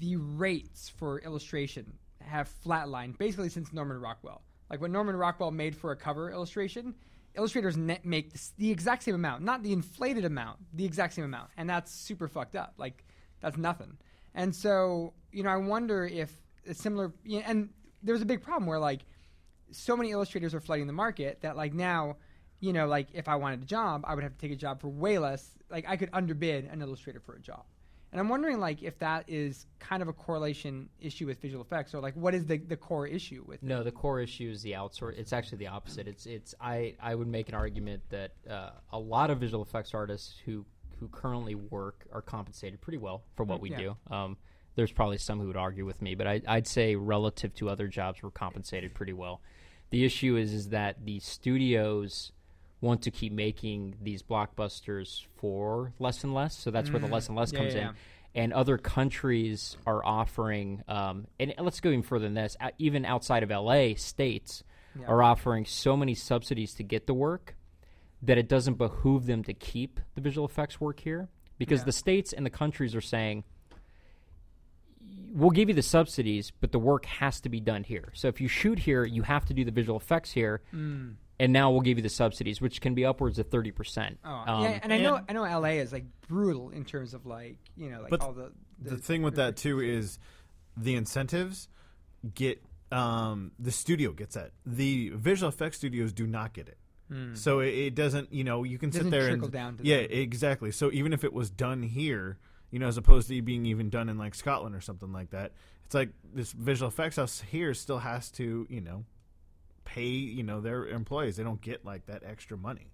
I: the rates for illustration have flatlined basically since Norman Rockwell. Like what Norman Rockwell made for a cover illustration, illustrators net make the, s- the exact same amount, not the inflated amount, the exact same amount, and that's super fucked up. Like that's nothing. And so you know, I wonder if a similar you know, and there's a big problem where like so many illustrators are flooding the market that like now you know like if i wanted a job i would have to take a job for way less like i could underbid an illustrator for a job and i'm wondering like if that is kind of a correlation issue with visual effects or like what is the, the core issue with
D: No, the core issue is the outsource. It's actually the opposite. It's it's I I would make an argument that uh, a lot of visual effects artists who who currently work are compensated pretty well for what we
C: Yeah.
D: do. Um, there's probably some who would argue with me, but I, I'd say relative to other jobs, we're compensated pretty well. The issue is is that the studios want to keep making these blockbusters for less and less. So that's where the
C: Mm.
D: less and less
C: Yeah,
D: comes
C: yeah,
D: in
C: yeah.
D: and other countries are offering um, and let's go even further than this o- even outside of la states
C: Yeah.
D: are offering so many subsidies to get the work that it doesn't behoove them to keep the visual effects work here because
C: Yeah.
D: the states and the countries are saying we'll give you the subsidies but the work has to be done here so if you shoot here you have to do the visual effects here
I: Mm.
D: and now we'll give you the subsidies which can be upwards of 30%
I: oh
D: Um,
I: yeah and i know i know la is like brutal in terms of like you know like
G: but
I: all the
G: the, thing with that too is the incentives get um, the studio gets that the visual effects studios do not get it.
B: Hmm.
G: So it, it doesn't, you know, you can sit
B: Doesn't
G: there
B: trickle
G: and
B: down to
G: yeah,
B: them.
G: exactly. So even if it was done here, you know, as opposed to being even done in like Scotland or something like that, it's like this visual effects house here still has to, you know, pay, you know, their employees. They don't get like that extra money.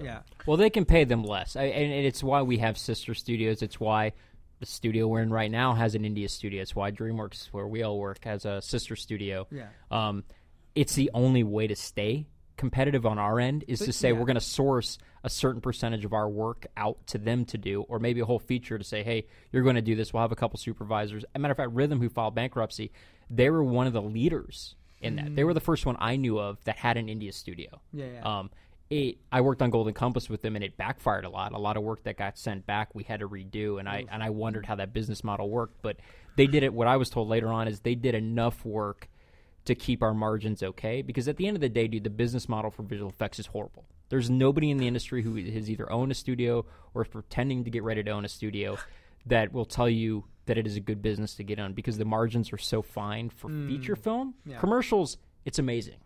I: yeah
D: Well, they can pay them less, I, and, and it's why we have sister studios. It's why the studio we're in right now has an India studio. It's why DreamWorks, where we all work, has a sister studio.
C: Yeah.
D: Um, it's the only way to stay competitive on our end is
C: But-
D: to say
C: yeah.
D: we're going to source a certain percentage of our work out to them to do, or maybe a whole feature to say, hey, you're going to do this. We'll have a couple supervisors. As a matter of fact, Rhythm, who filed bankruptcy, they were one of the leaders
C: Mm.
D: in that. They were the first one I knew of that had an India studio.
C: Yeah, yeah.
D: Um, it, I worked on Golden Compass with them, and it backfired a lot. A lot of work that got sent back, we had to redo, and I and I wondered how that business model worked. But they did it. What I was told later on is they did enough work to keep our margins okay. Because at the end of the day, dude, the business model for visual effects is horrible. There's nobody in the industry who has either owned a studio or is pretending to get ready to own a studio that will tell you that it is a good business to get on because the margins are so fine for
C: Mm.
D: feature film.
C: Yeah.
D: Commercials, it's amazing.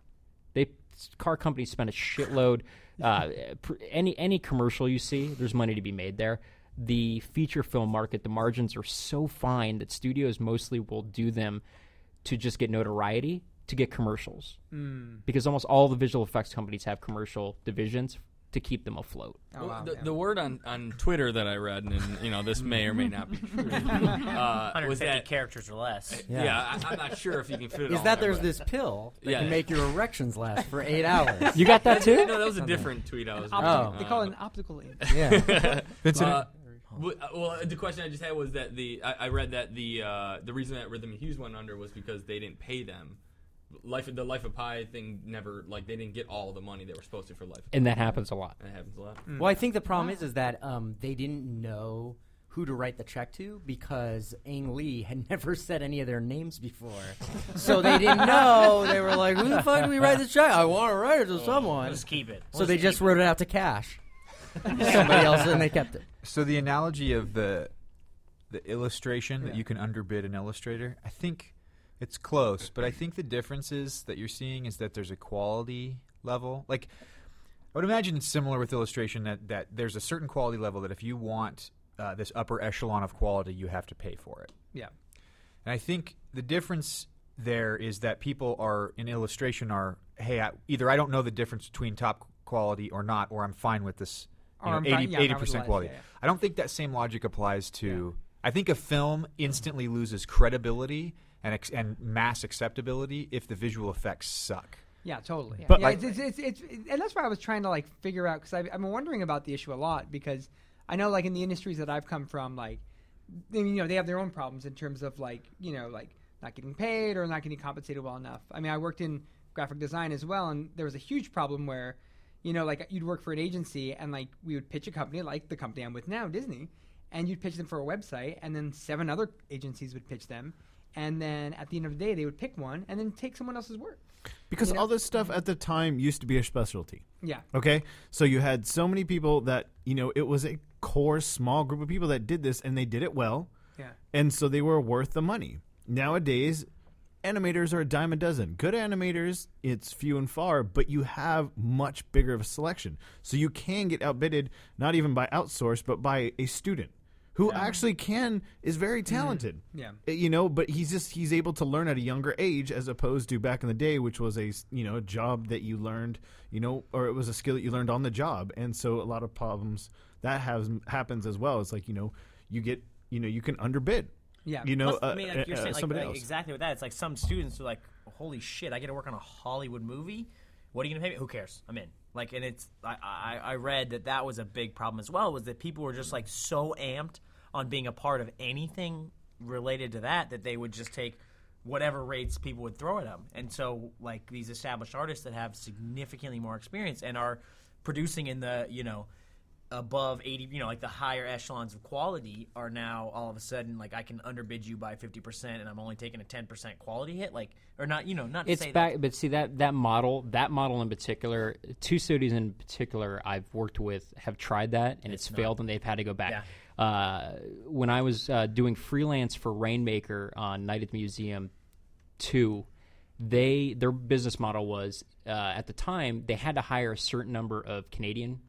D: They car companies spend a shitload. Uh, pr- any any commercial you see, there's money to be made there. The feature film market, the margins are so fine that studios mostly will do them to just get notoriety to get commercials
J: Hmm.
C: Mm.
D: because almost all the visual effects companies have commercial divisions to keep them afloat.
K: Oh,
C: Well, the, the word on, on Twitter that I read, and you know this may or may not be true, uh, was
J: 150
C: that
J: characters or less.
C: Yeah,
K: Yeah.
C: I, I'm not sure if you can fit it.
K: Is
C: all
K: that
C: in there,
K: there's
C: but-
K: this pill that
C: yeah,
K: can
C: yeah.
K: make your erections last for eight hours?
D: You got that too?
C: no, that was a different tweet. I was.
K: Oh.
C: reading.
I: They call it
C: Uh,
I: an optical illusion.
K: Yeah. Vincent-
C: Uh, w- uh, well, the question I just had was that the I, I read that the uh, the reason that Rhythm and Hughes went under was because they didn't pay them. Life the Life of Pi thing never like they didn't get all the money they were supposed to for Life. of
D: And
C: Pi.
D: that happens a lot.
C: And it happens a lot.
J: Mm.
K: Well, I think the problem is is that um, they didn't know who to write the check to because Ang Lee had never said any of their names before, so they didn't know. They were like, "Who the fuck do we write this check? I want to write it to someone."
J: Just keep it.
K: so they just wrote it out to cash. Somebody else, and they kept it.
F: So the analogy of the the illustration that you can underbid an illustrator, I think it's close, but I think the differences that you're seeing is that there's a quality level. Like I would imagine it's similar with illustration that, that there's a certain quality level that if you want uh, this upper echelon of quality, you have to pay for it.
I: Yeah.
F: And I think the difference there is that people are in illustration are hey I, either I don't know the difference between top quality or not, or I'm fine with this you
I: Or
F: know,
I: I'm
F: 80,
I: fine- yeah, I'm fine with
F: percent
I: less,
F: quality.
I: yeah, yeah.
F: I don't think that same logic applies to. I think a film instantly loses credibility and ex- and mass acceptability if the visual effects suck.
I: Yeah, totally.
G: But,
I: yeah,
G: like-
I: it's, it's, it's, it's, and that's why I was trying to like figure out because I've, I've been wondering about the issue a lot because I know like in the industries that I've come from, like they, you know they have their own problems in terms of like you know like not getting paid or not getting compensated well enough. I mean, I worked in graphic design as well, and there was a huge problem where you know like you'd work for an agency and like we would pitch a company like the company I'm with now, Disney, and you'd pitch them for a website, and then seven other agencies would pitch them. And then at the end of the day, they would pick one and then take someone else's work.
G: Because
I: You know?
G: all this stuff at the time used to be a specialty.
I: Yeah.
G: Okay. So you had so many people that, you know, it was a core small group of people that did this and they did it well.
I: Yeah.
G: And so they were worth the money. Nowadays, animators are a dime a dozen. Good animators, it's few and far, but you have much bigger of a selection. So you can get outbidded not even by outsourced, but by a student who actually can is very talented.
I: Mm-hmm. Yeah.
G: Uh, you know but he's just he's able to learn at a younger age as opposed to back in the day which was a s- you know a job that you learned you know or it was a skill that you learned on the job and so a lot of problems that has happens as well it's like you know you get you know you can underbid you know
J: Plus, I
G: uh,
J: mean, like you're
G: uh,
J: saying, like,
G: somebody
J: like,
G: else
J: exactly with that. It's like some students are like, "Holy shit, I get to work on a Hollywood movie. What are you gonna pay me? Who cares? I'm in." Like, and it's I, I I read that that was a big problem as well. Was that people were just like so amped on being a part of anything related to that that they would just take whatever rates people would throw at them. And so, like these established artists that have significantly more experience and are producing in the you know above 80 you know like the higher echelons of quality are now all of a sudden like i can underbid you by 50% and i'm only taking a 10% quality hit like or not you know not to
D: it's
J: say
D: back, but see that that model, that model in particular, two studios in particular I've worked with have tried that and it's,
J: It's not-
D: failed, and they've had to go back. Uh, when I was uh, doing freelance for Rainmaker on Night at the Museum two, they their business model was uh, at the time they had to hire a certain number of Canadian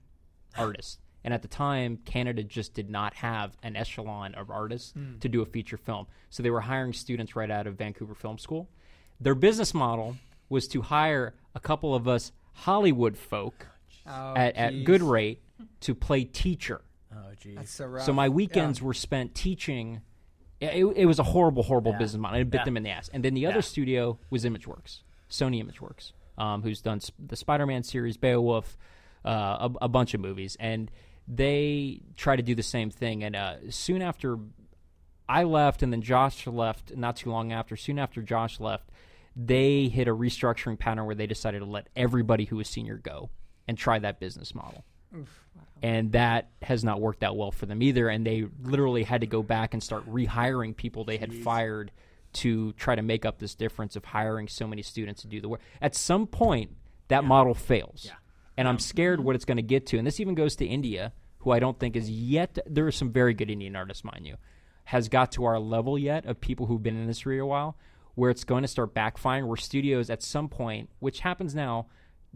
D: artists. And at the time, Canada just did not have an echelon of artists
M: Mm.
D: to do a feature film. So they were hiring students right out of Vancouver Film School. Their business model was to hire a couple of us Hollywood folk
I: Oh,
D: at, at
I: jeez.
D: good rate to play teacher.
J: Oh, geez.
I: That's so rough.
D: So my
I: Yeah.
D: weekends were spent teaching. It, it- it was a horrible, horrible business model. It bit
J: Yeah.
D: them in the ass. And then the other
J: Yeah.
D: studio was ImageWorks, Sony ImageWorks, um, who's done sp- the Spider-Man series, Beowulf, uh, a, a bunch of movies, and they try to do the same thing. And uh, soon after I left, and then Josh left not too long after. Soon after Josh left, they hit a restructuring pattern where they decided to let everybody who was senior go and try that business model
I: Oof.
D: and that has not worked out well for them either. And they literally had to go back and start rehiring people they had fired to try to make up this difference of hiring so many students to do the work. At some point, that model fails, and I'm scared what it's going to get to. And this even goes to India, who I don't think is yet. There are some very good Indian artists, mind you, has got to our level yet of people who've been in this for a while, where it's going to start backfiring. Where studios at some point, which happens now,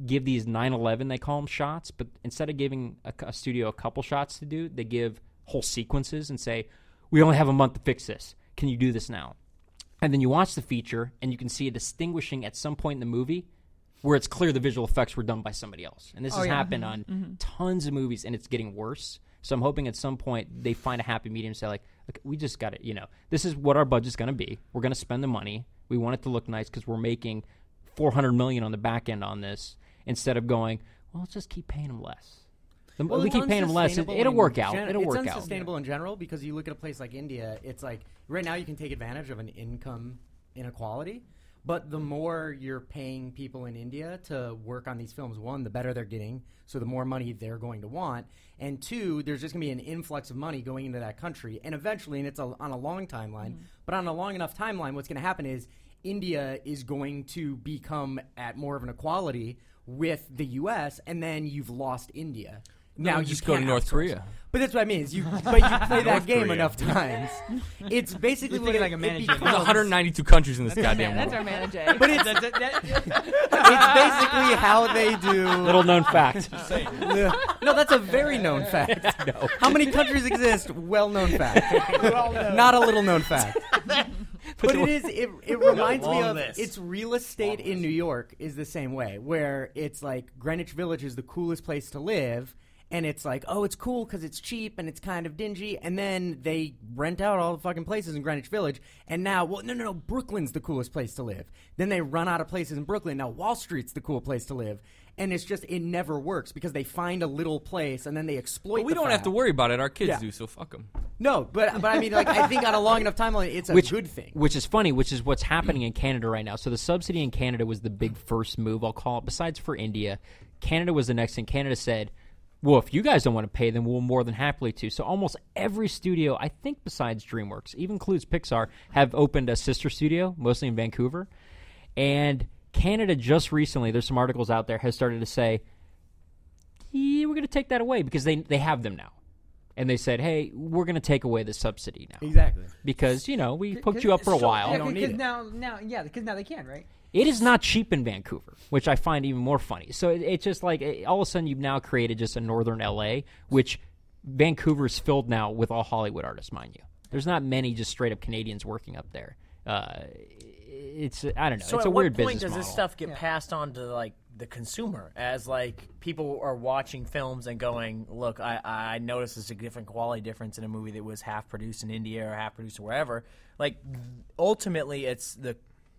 D: give these 9-11 they call them shots but instead of giving a, a studio a couple shots to do they give whole sequences and say we only have a month to fix this can you do this now and then you watch the feature and you can see a distinguishing at some point in the movie where it's clear the visual effects were done by somebody else and this
M: Oh,
D: has
M: yeah.
D: happened
K: Mm-hmm.
M: Mhm.
D: on
M: Mhm.
D: tons of movies and it's getting worse so i'm hoping at some point they find a happy medium and say like "Look, we just got to you know this is what our budget's going to be we're going to spend the money we want it to look nice because we're making 400 million on the back end on this instead of going well let's just keep paying them less The-
K: Well,
D: we
K: it's
D: keep paying them less it,
K: unsustainable
D: it'll
K: in
D: work out
K: gen-
D: it'll
K: it's
D: work out
K: unsustainable in general because you look at a place like India. It's like right now you can take advantage of an income inequality, but the more you're paying people in India to work on these films, one, the better they're getting, so the more money they're going to want, and two, there's just going to be an influx of money going into that country, and eventually, and it's a, on a long timeline,
C: Mm-hmm.
K: but on a long enough timeline, what's going to happen is India is going to become at more of an equality with the U.S., and then you've lost India.
C: No,
K: Now
C: you
K: you
C: just go to
K: can't
C: North
K: outsource.
C: Korea.
K: But that's what I mean. Is you, but you play
C: North
K: that game
C: Korea.
K: enough times. It's basically
I: You're
K: what
I: thinking
K: it,
I: like a
K: it
I: manager.
K: becomes.
C: There's 192 countries in this
K: That's-
C: goddamn
K: that's
C: world.
L: That's our manager.
K: But it's, it's basically how they do.
D: Little known fact.
C: Just saying.
K: no, that's a very known fact. How many countries exist? Well known fact.
J: known.
K: Not a little known fact. but it
J: the-
K: is. It, it reminds me
J: Long
K: of
J: list.
K: it's real estate in New York is the same way, where it's like Greenwich Village is the coolest place to live, and it's like, oh, it's cool because it's cheap and it's kind of dingy. And then they rent out all the fucking places in Greenwich Village. And now, well, no, no, no, Brooklyn's the coolest place to live. Then they run out of places in Brooklyn. Now Wall Street's the cool place to live. And it's just, it never works because they find a little place and then they exploit
C: But we
K: the
C: don't have
K: fact-
C: to worry about it. Our kids
K: Yeah.
C: do, so fuck them.
K: No, but, but I mean, like, I think on a long enough timeline, it's a
D: which,
K: good thing.
D: Which is funny, which is what's happening in Canada right now. So the subsidy in Canada was the big first move, I'll call it, besides for India. Canada was the next thing. Canada said, well, if you guys don't want to pay them, we'll more than happily to. So almost every studio, I think besides DreamWorks, even includes Pixar, have opened a sister studio, mostly in Vancouver. And Canada just recently, there's some articles out there, has started to say, yeah, we're going to take that away because they, they have them now. And they said, hey, we're going to take away the subsidy now.
K: Exactly.
D: Because, you know, we hooked
I: Because-
D: you up for a
I: so-
D: while.
I: yeah, because now, now, yeah, because now they can, right?
D: It is not cheap in Vancouver, which I find even more funny. So it, it's just like it, all of a sudden you've now created just a northern LA, which Vancouver is filled now with all Hollywood artists, mind you. There's not many just straight up Canadians working up there. Uh, it's I don't know.
J: So
D: it's
J: at
D: a
J: what
D: weird
J: point
D: business
J: does
D: model.
J: this stuff get passed on to like the consumer as like people are watching films and going, "Look, I, I noticed a significant quality difference in a movie that was half produced in India or half produced wherever." Like ultimately, it's the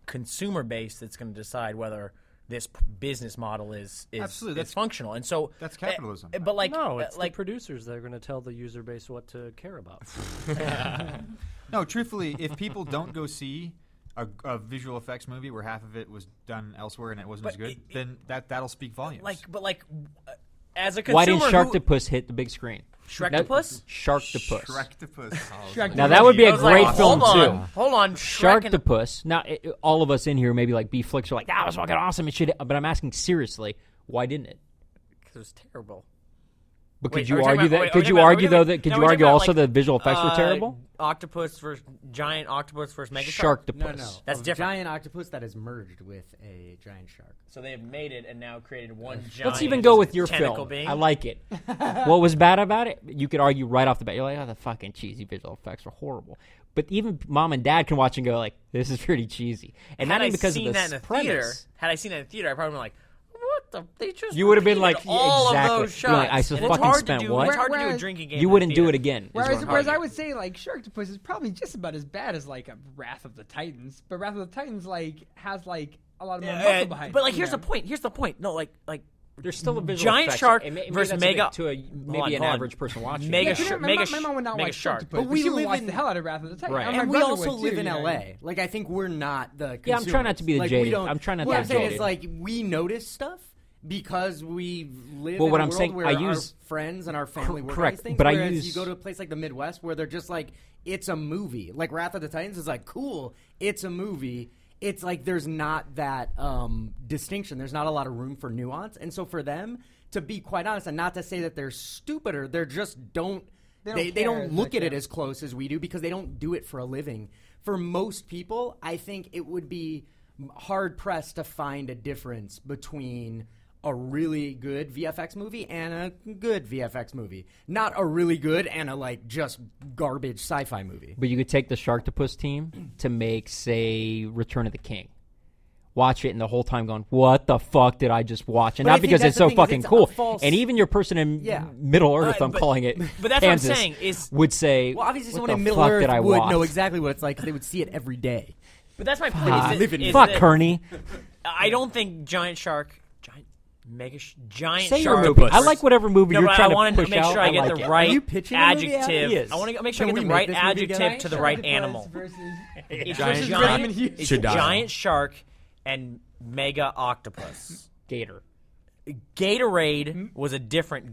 J: consumer base that's going to decide whether this p- business model is is,
F: Absolutely,
J: is
F: that's-
J: functional. And so
F: that's
J: eh,
F: capitalism.
J: eh, But like
E: no,
J: eh,
E: it's
J: like
E: the producers that are going to tell the user base what to care about.
F: no, truthfully, if people don't go see a, a visual effects movie where half of it was done elsewhere and it wasn't
J: But
F: as good,
J: it-
F: then that that'll speak volumes.
J: like but like uh, as a consumer,
D: Why didn't
J: who-
D: Sharktopus hit the big screen?
J: Shrektopus?
D: Sharktopus.
F: Shrektopus.
D: Now that would be
J: I
D: a
J: was
D: great
J: like,
D: film
J: hold
D: too.
J: on, hold on, Shrek and-
D: Sharktopus. Now it, it- all of us in here, maybe like B Flicks, are like, "That was fucking awesome." It should, but I'm asking seriously, why didn't it?
J: 'Cause it was terrible.
D: But
J: Wait,
D: could
J: are we
D: you
J: talking
D: argue
J: about-
D: that?
J: wait, are we
D: could you
J: talking about-
D: argue
J: are we
D: though
J: talking-
D: that? Could
J: no,
D: you
J: we're talking
D: argue
J: about,
D: also
J: like,
D: the visual effects were
J: uh,
D: terrible?
J: Octopus versus giant octopus versus mega shark.
D: Sharktopus. No, no.
J: That's
K: A
J: different.
K: giant octopus that is merged with a giant shark.
J: So they have made it and now created one giant.
D: Let's even go with your
J: tentacle
D: film.
J: Being.
D: I like it. what was bad about it? You could argue right off the bat. You're like, "Oh, the fucking cheesy visual effects were horrible." But even mom and dad can watch and go like, "This is pretty cheesy," and
J: had
D: not
J: I
D: even because
J: seen
D: of the
J: that in a
D: premise.
J: theater, had I seen that in a theater, I probably been like, "What the? They just
D: You would have been like,
J: repeated
D: yeah,
J: all
D: exactly.
J: of those
D: You're
J: shots."
D: like, I just
J: And it's
D: fucking
J: hard
D: spent
J: to do,
D: what?
J: It's hard to do a
I: Whereas-
J: drinking game.
D: You
J: in a
D: wouldn't do
J: theater.
D: it again. is what
I: Whereas,
D: I'm
I: whereas I
D: arguing.
I: would say like Sharktopus is probably just about as bad as like a Wrath of the Titans, but Wrath of the Titans like has like a lot of more
J: Uh,
I: muscle behind.
J: but
I: it,
J: like,
I: you
J: here's
I: know?
J: the point. Here's the point. No, like, like
D: There's still a visual
J: giant
D: effects.
J: shark
D: And may- maybe
J: versus
D: that's a bit
J: mega.
D: to a-
J: Hold
D: maybe
J: on,
D: an
J: hold on.
D: average person watching.
J: Mega,
I: Yeah,
J: sh-
I: you know, my,
J: mega,
I: mom- my mom would not
J: mega
I: like
J: shark.
I: Sharktopus,
K: But
I: but
K: we
I: she would
K: live
I: watch
K: in-
I: the hell out of Wrath of the Titans.
D: Right.
I: And my
K: and we
I: brother
K: also
I: would,
K: live
I: too,
K: in
I: you know
K: LA.
I: what I mean?
K: Like I think we're not the.
D: Yeah, I'm trying not to be the
K: consumers.
D: jaded.
K: we don't-
D: I'm trying not
K: what
D: to
K: I'm
D: be
K: saying
D: jaded.
K: is like we notice stuff because we live.
D: Well,
K: in
D: what
K: a
D: I'm
K: world
D: saying,
K: where
D: I
K: our
D: use-
K: friends and our family work on
D: correct,
K: these things,
D: but I
K: whereas
D: use-
K: you go to a place like the Midwest where they're just like it's a movie. Like Wrath of the Titans is like cool. It's a movie. It's like there's not that um, distinction. There's not a lot of room for nuance, and so for them to be quite honest, and not to say that they're stupider, they're just don't. They
I: don't
K: they,
I: care
K: don't
I: as
K: look
I: much,
K: at it
I: yeah.
K: as close as we do because they don't do it for a living. For most people, I think it would be hard pressed to find a difference between a really good VFX movie and a good VFX movie, not a really good and a like just garbage sci-fi movie.
D: But you could take the Sharktopus team to make, say, Return of the King. Watch it, and the whole time going, "What the fuck did I just watch?" And
K: But I
D: not
K: think
D: because
K: that's
D: it's
K: the
D: so
K: thing, is
D: fucking
K: it's a
D: cool.
K: false-
D: And even your person in
K: Yeah.
D: Middle Earth,
J: Uh,
D: I'm
J: but-
D: calling it,
J: but that's what I'm
D: Kansas,
J: saying, is-
D: would say,
K: Well, obviously,
D: what
K: someone
D: the
K: in Middle
D: fuck
K: Earth
D: did I
K: would
D: watch?
K: know exactly what it's like. 'cause They would see it every day.
J: But that's my point.
D: Ah,
J: is that, is
D: fuck
J: that
D: Kearney.
J: I don't think giant shark, giant mega, sh- giant
D: Say your
J: shark.
D: movie. I like whatever movie
J: No,
D: you're
J: but
D: trying
J: I want
D: to
J: to
D: push
J: make
D: out.
J: sure I, get
D: like
J: the
D: it.
J: right
K: Are you pitching a movie, Adam?
J: adjective.
D: Yes.
J: I want to make sure I get
K: Can we
J: the
K: make
J: right
K: this movie together?
J: adjective to the right
I: Sharktopus
J: animal.
I: versus-
J: It's
I: Giant
J: just
I: shark.
J: giant,
I: Versus
J: it's
C: Should die.
J: giant shark and mega octopus.
D: Gator.
J: Gatorade was a different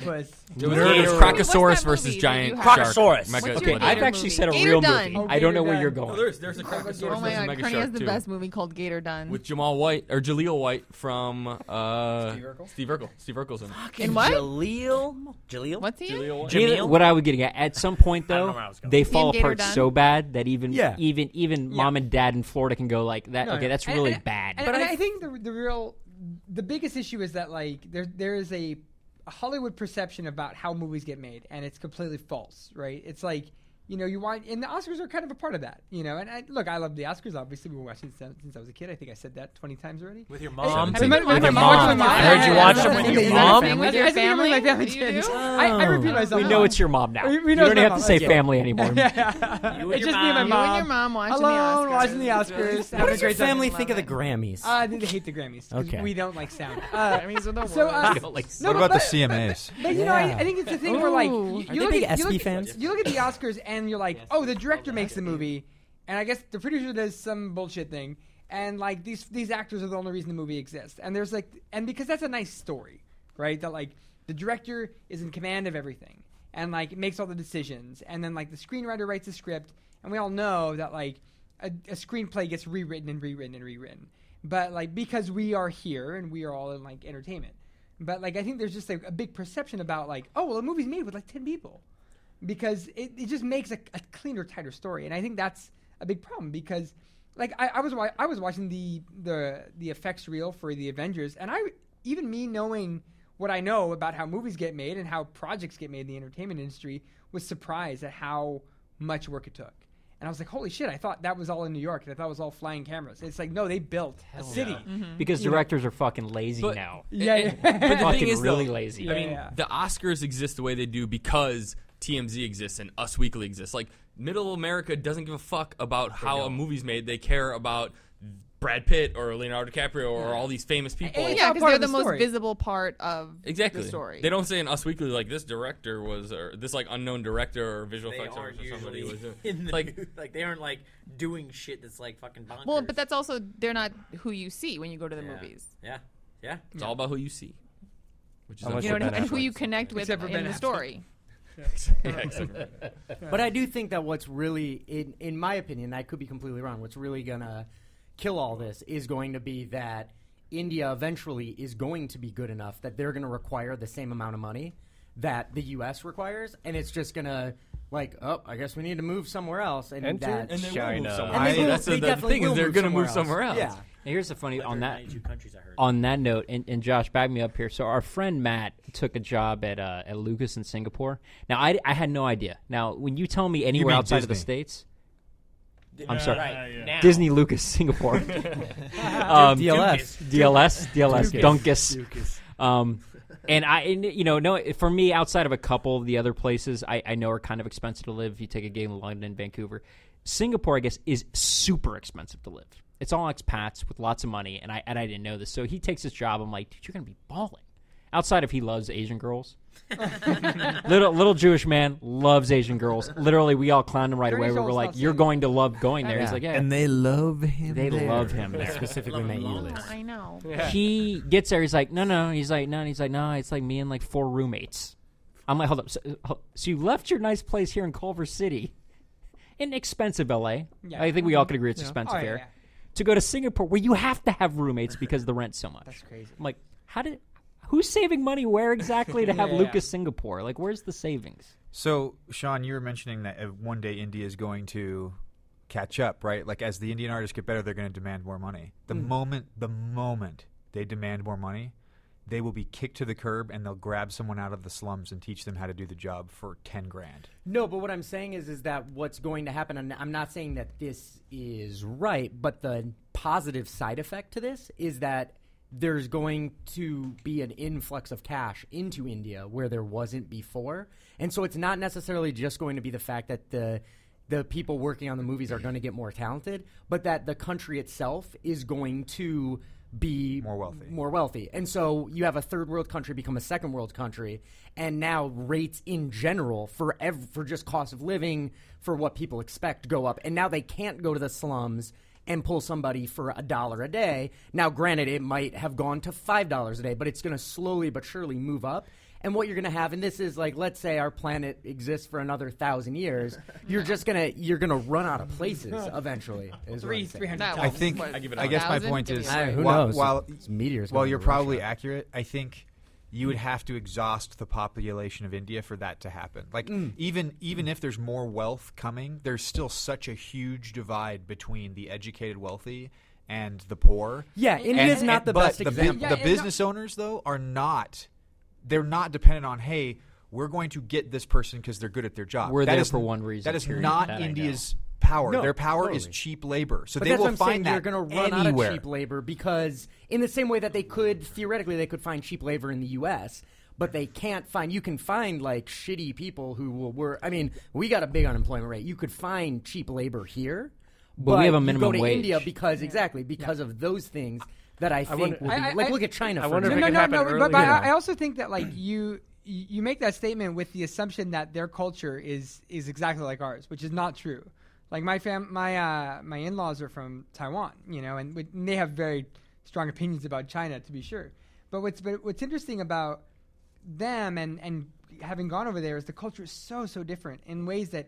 I: Gatoroid.
C: It was,
J: Gator-
C: it was
L: What's
C: Crocosaurus
L: that
C: versus
L: movie that
C: giant
L: you
C: shark.
L: have?
J: Crocosaurus.
C: Mega-
L: What's
D: Okay,
L: your
D: I've
L: favorite
D: actually
L: movie?
D: said a
L: Gator
D: real
L: Done.
D: movie.
I: Oh,
D: I don't know
I: Gator
D: where you're
I: Done.
D: going.
C: Oh, there's there's a Crocosaurus
L: Oh my
C: versus
L: god,
C: mega
L: Kearney has
C: shark
L: the
C: too.
L: best movie called Gator Done.
C: with Jamal White or Jaleel White from uh,
F: Steve Urkel?
C: Steve Urkel. Steve Urkel's in it.
L: In what?
J: Jaleel. Jaleel.
L: What's he? in?
C: Jaleel White.
J: Jamil?
D: Either- What I was getting at at some point
J: I don't
D: though,
J: know where I was going.
D: they fall
L: Gator
D: apart
L: Dunn?
D: so bad that even
K: Yeah.
D: even even mom and dad in Florida can go like that.
I: No,
D: okay,
I: no.
D: that's
I: And-
D: really
I: and-
D: bad.
I: And, and I, think the, the real, the biggest issue is that like there there is a Hollywood perception about how movies get made, and it's completely false, right? It's like you know, you want, and the Oscars are kind of a part of that, you know. And I, look, I love the Oscars. Obviously, we've been watching it since, since I was a kid. I think I said that twenty times already.
J: With your
I: And-
J: mom?
I: and
J: Have you
I: my-
J: been
I: with my
J: watching
I: mom,
J: it?
I: with my
J: I heard you
I: yeah,
J: watch
I: yeah,
J: them
I: yeah,
J: with
I: yeah,
J: your
I: yeah,
J: mom?
I: yeah,
J: With
I: yeah,
J: your
I: I said it with my family?
L: You
I: did.
L: do?
I: I, I repeat myself.
D: We know it's your mom now.
I: We, we
D: You
I: know it's
D: don't
I: my
D: have
I: mom.
D: to say
I: Yeah.
D: family anymore.
I: it's just me and my
L: mom.
I: mom.
L: You and your mom watching the
I: Alone,
L: Oscars.
I: watching the Oscars. having
K: What
I: a
K: does your
I: great time.
K: family think of the Grammys?
I: Uh, they hate the Grammys. 'cause
K: Okay.
I: We don't like sound. Uh,
L: Grammys are the
I: so, uh,
L: worst.
K: We don't like
I: no,
F: what
I: but-
F: about the
I: but-
F: CMAs?
I: But you know, I,
K: Yeah.
I: I think it's the thing where like
L: Ooh.
I: you,
K: Are
I: you
K: they
I: look
K: big
I: at, you
K: SB
I: look at-
K: fans?
I: You look at the Oscars and you're like, oh, the director makes the movie, and I guess the producer does some bullshit thing, and like these these actors are the only reason the movie exists. And there's like, and because that's a nice story, right? That like the director is in command of everything and like makes all the decisions, and then like the screenwriter writes the script, and we all know that like a, a screenplay gets rewritten and rewritten and rewritten. But like because we are here and we are all in like entertainment. But like I think there's just like a big perception about like, oh well a movie's made with like ten people. Because it, it just makes a, a cleaner, tighter story. And I think that's a big problem because like I, I was wa- I was watching the the the effects reel for the Avengers and I even me knowing what I know about how movies get made and how projects get made in the entertainment industry was surprised at how much work it took. And I was like, holy shit, I thought that was all in New York and I thought it was all flying cameras. It's like, no, they built a city.
D: Oh, because directors are fucking lazy
C: But-
D: now.
I: Yeah,
C: And-
I: yeah.
C: But the
D: Fucking
C: thing is,
D: really
C: though,
D: lazy.
C: I mean,
I: Yeah.
C: the Oscars exist the way they do because TMZ exists and Us Weekly exists. Like, middle America doesn't give a fuck about how a movie's made. They care about Brad Pitt or Leonardo DiCaprio or all these famous people.
I: Well, it's
L: yeah,
I: all
L: because
I: part
L: they're
I: of
L: the,
I: the
L: most
I: story.
L: visible part of
C: Exactly.
L: the story.
C: They don't say in Us Weekly like this director was or this like unknown director or visual effects artist or somebody was doing.
J: in the
C: like
J: like, like they aren't like doing shit that's like fucking bonkers.
L: Well, but that's also they're not who you see when you go to the movies.
J: yeah, yeah.
C: it's all about who you see, which is
D: Unless
L: You know,
D: Ben
L: and, and
D: Affleck.
L: who you connect with
I: Except for
L: in
I: Ben
L: the
I: Affleck.
L: story.
C: Yeah, exactly.
K: But I do think that what's really, in in my opinion, I could be completely wrong. What's really gonna kill all this is going to be that India eventually is going to be good enough that they're gonna require the same amount of money that the U.S. requires, and it's just gonna like, oh, I guess we need to move somewhere else, and
E: Enter-
K: that
C: And they will
F: China.
C: move somewhere.
K: And they
C: else.
K: will-
C: that's
K: they
C: the, the
K: definitely
C: thing is
K: will
C: they're
K: move
C: going to move
K: somewhere
C: somewhere
K: else.
C: else.
K: Yeah.
D: And here's the funny on that
J: Two countries I heard.
D: on that note, and, and Josh, back me up here. So our friend Matt took a job at uh, at Lucas in Singapore. Now I, I had no idea. Now when you tell me anywhere
F: mean
D: outside of the
F: Disney.
D: states, I'm sorry,
J: Right now.
D: Disney Lucas Singapore, um,
K: DLS.
D: DLS, DLS, Dunkus. Um, and I, and, you know, no, for me, outside of a couple of the other places I, I know are kind of expensive to live. If you take a gig in London, Vancouver, Singapore, I guess, is super expensive to live. It's all expats with lots of money, and I and I didn't know this. So he takes his job. I'm like, dude, you're gonna be balling. Outside of he loves Asian girls, little little Jewish man loves Asian girls. Literally, we all clowned him right away. We were
I: Thirty-year-old's
D: like,
I: not
D: "You're
I: saying
D: going to love going there." He's
K: Yeah.
D: like, "Yeah."
F: they love him.
D: They love him there.
K: specifically meant you,
L: Oh,
K: Liz.
L: I know.
D: He gets there. He's like, no, no. He's like, no. He's like, no. It's like me and like four roommates. I'm like, hold up. So, uh, so you left your nice place here in Culver City, in expensive LA.
I: Yeah.
D: I think we all could agree it's expensive
I: Oh, yeah,
D: here.
I: yeah.
D: To go to Singapore, where you have to have roommates because the rent's so much.
I: That's crazy.
D: I'm like, how did? Who's saving money where exactly to have
I: Yeah.
D: Lucas Singapore? Like, where's the savings?
F: So, Sean, you were mentioning that uh, one day India is going to catch up, right? Like, as the Indian artists get better, they're going to demand more money. The
D: Mm-hmm.
F: moment, the moment they demand more money, they will be kicked to the curb, and they'll grab someone out of the slums and teach them how to do the job for ten grand.
K: No, but what I'm saying is, is that what's going to happen? And I'm not saying that this is right, but the positive side effect to this is that there's going to be an influx of cash into India where there wasn't before, and so it's not necessarily just going to be the fact that the the people working on the movies are going to get more talented, but that the country itself is going to be
F: More wealthy.
K: more wealthy. And so you have a third world country become a second world country, and now rates in general for ev- for just cost of living for what people expect go up, and now they can't go to the slums and pull somebody for a dollar a day. Now, granted, it might have gone to five dollars a day, but it's going to slowly but surely move up. And what you're going to have, and this is like, let's say our planet exists for another thousand years, you're just gonna you're gonna run out of places eventually. is what
I: Three
K: I'm saying.
I: three hundred.
L: That
F: I
L: was-
F: think.
L: was
F: I,
C: give it a
F: guess my
L: thousand?
F: point
L: Give me
F: is,
L: a break.
K: Who
F: while,
K: knows?
F: while,
K: It's meteors
F: while
K: gonna
F: you're
K: rush
F: probably
K: up.
F: accurate, I think you would have to exhaust the population of India for that to happen. Like
K: Mm.
F: even even if there's more wealth coming, there's still such a huge divide between the educated wealthy and the poor.
K: Yeah, India's
F: And-
K: not
F: and-
K: the
F: but
K: best
F: bu-
K: example.
I: Yeah,
F: the
I: yeah,
F: business owners though are not. They're not dependent on hey. we're going to get this person because they're good at their job.
D: We're
F: That
D: there
F: is-
D: for one reason,
F: That is
D: period.
F: not
D: That I know.
F: India's power.
K: No,
F: their power is
K: totally.
F: cheap labor. So
K: but
F: they
K: that's
F: will
K: what I'm
F: find
K: saying.
F: that
K: You're going to run
F: anywhere.
K: out of cheap labor because, in the same way that they could theoretically, they could find cheap labor in the U.S., but they can't find. You can find like shitty people who will work. I mean, we got a big unemployment rate. You could find cheap labor here,
D: But we have a
K: you
D: minimum
K: go to
D: wage.
K: India because exactly because of those things that I think
E: wonder-
K: will be,
I: I- I-
K: like
I: I-
K: look at China.
E: I
K: for
E: wonder if
K: example.
E: it could happen
I: but,
E: earlier.
I: but
E: Yeah.
I: I, I also think that like you you make that statement with the assumption that their culture is is exactly like ours, which is not true. Like my fam, my uh, my in laws are from Taiwan, you know, and, we- and they have very strong opinions about China to be sure. But what's but what's interesting about them and and having gone over there is the culture is so so different in ways that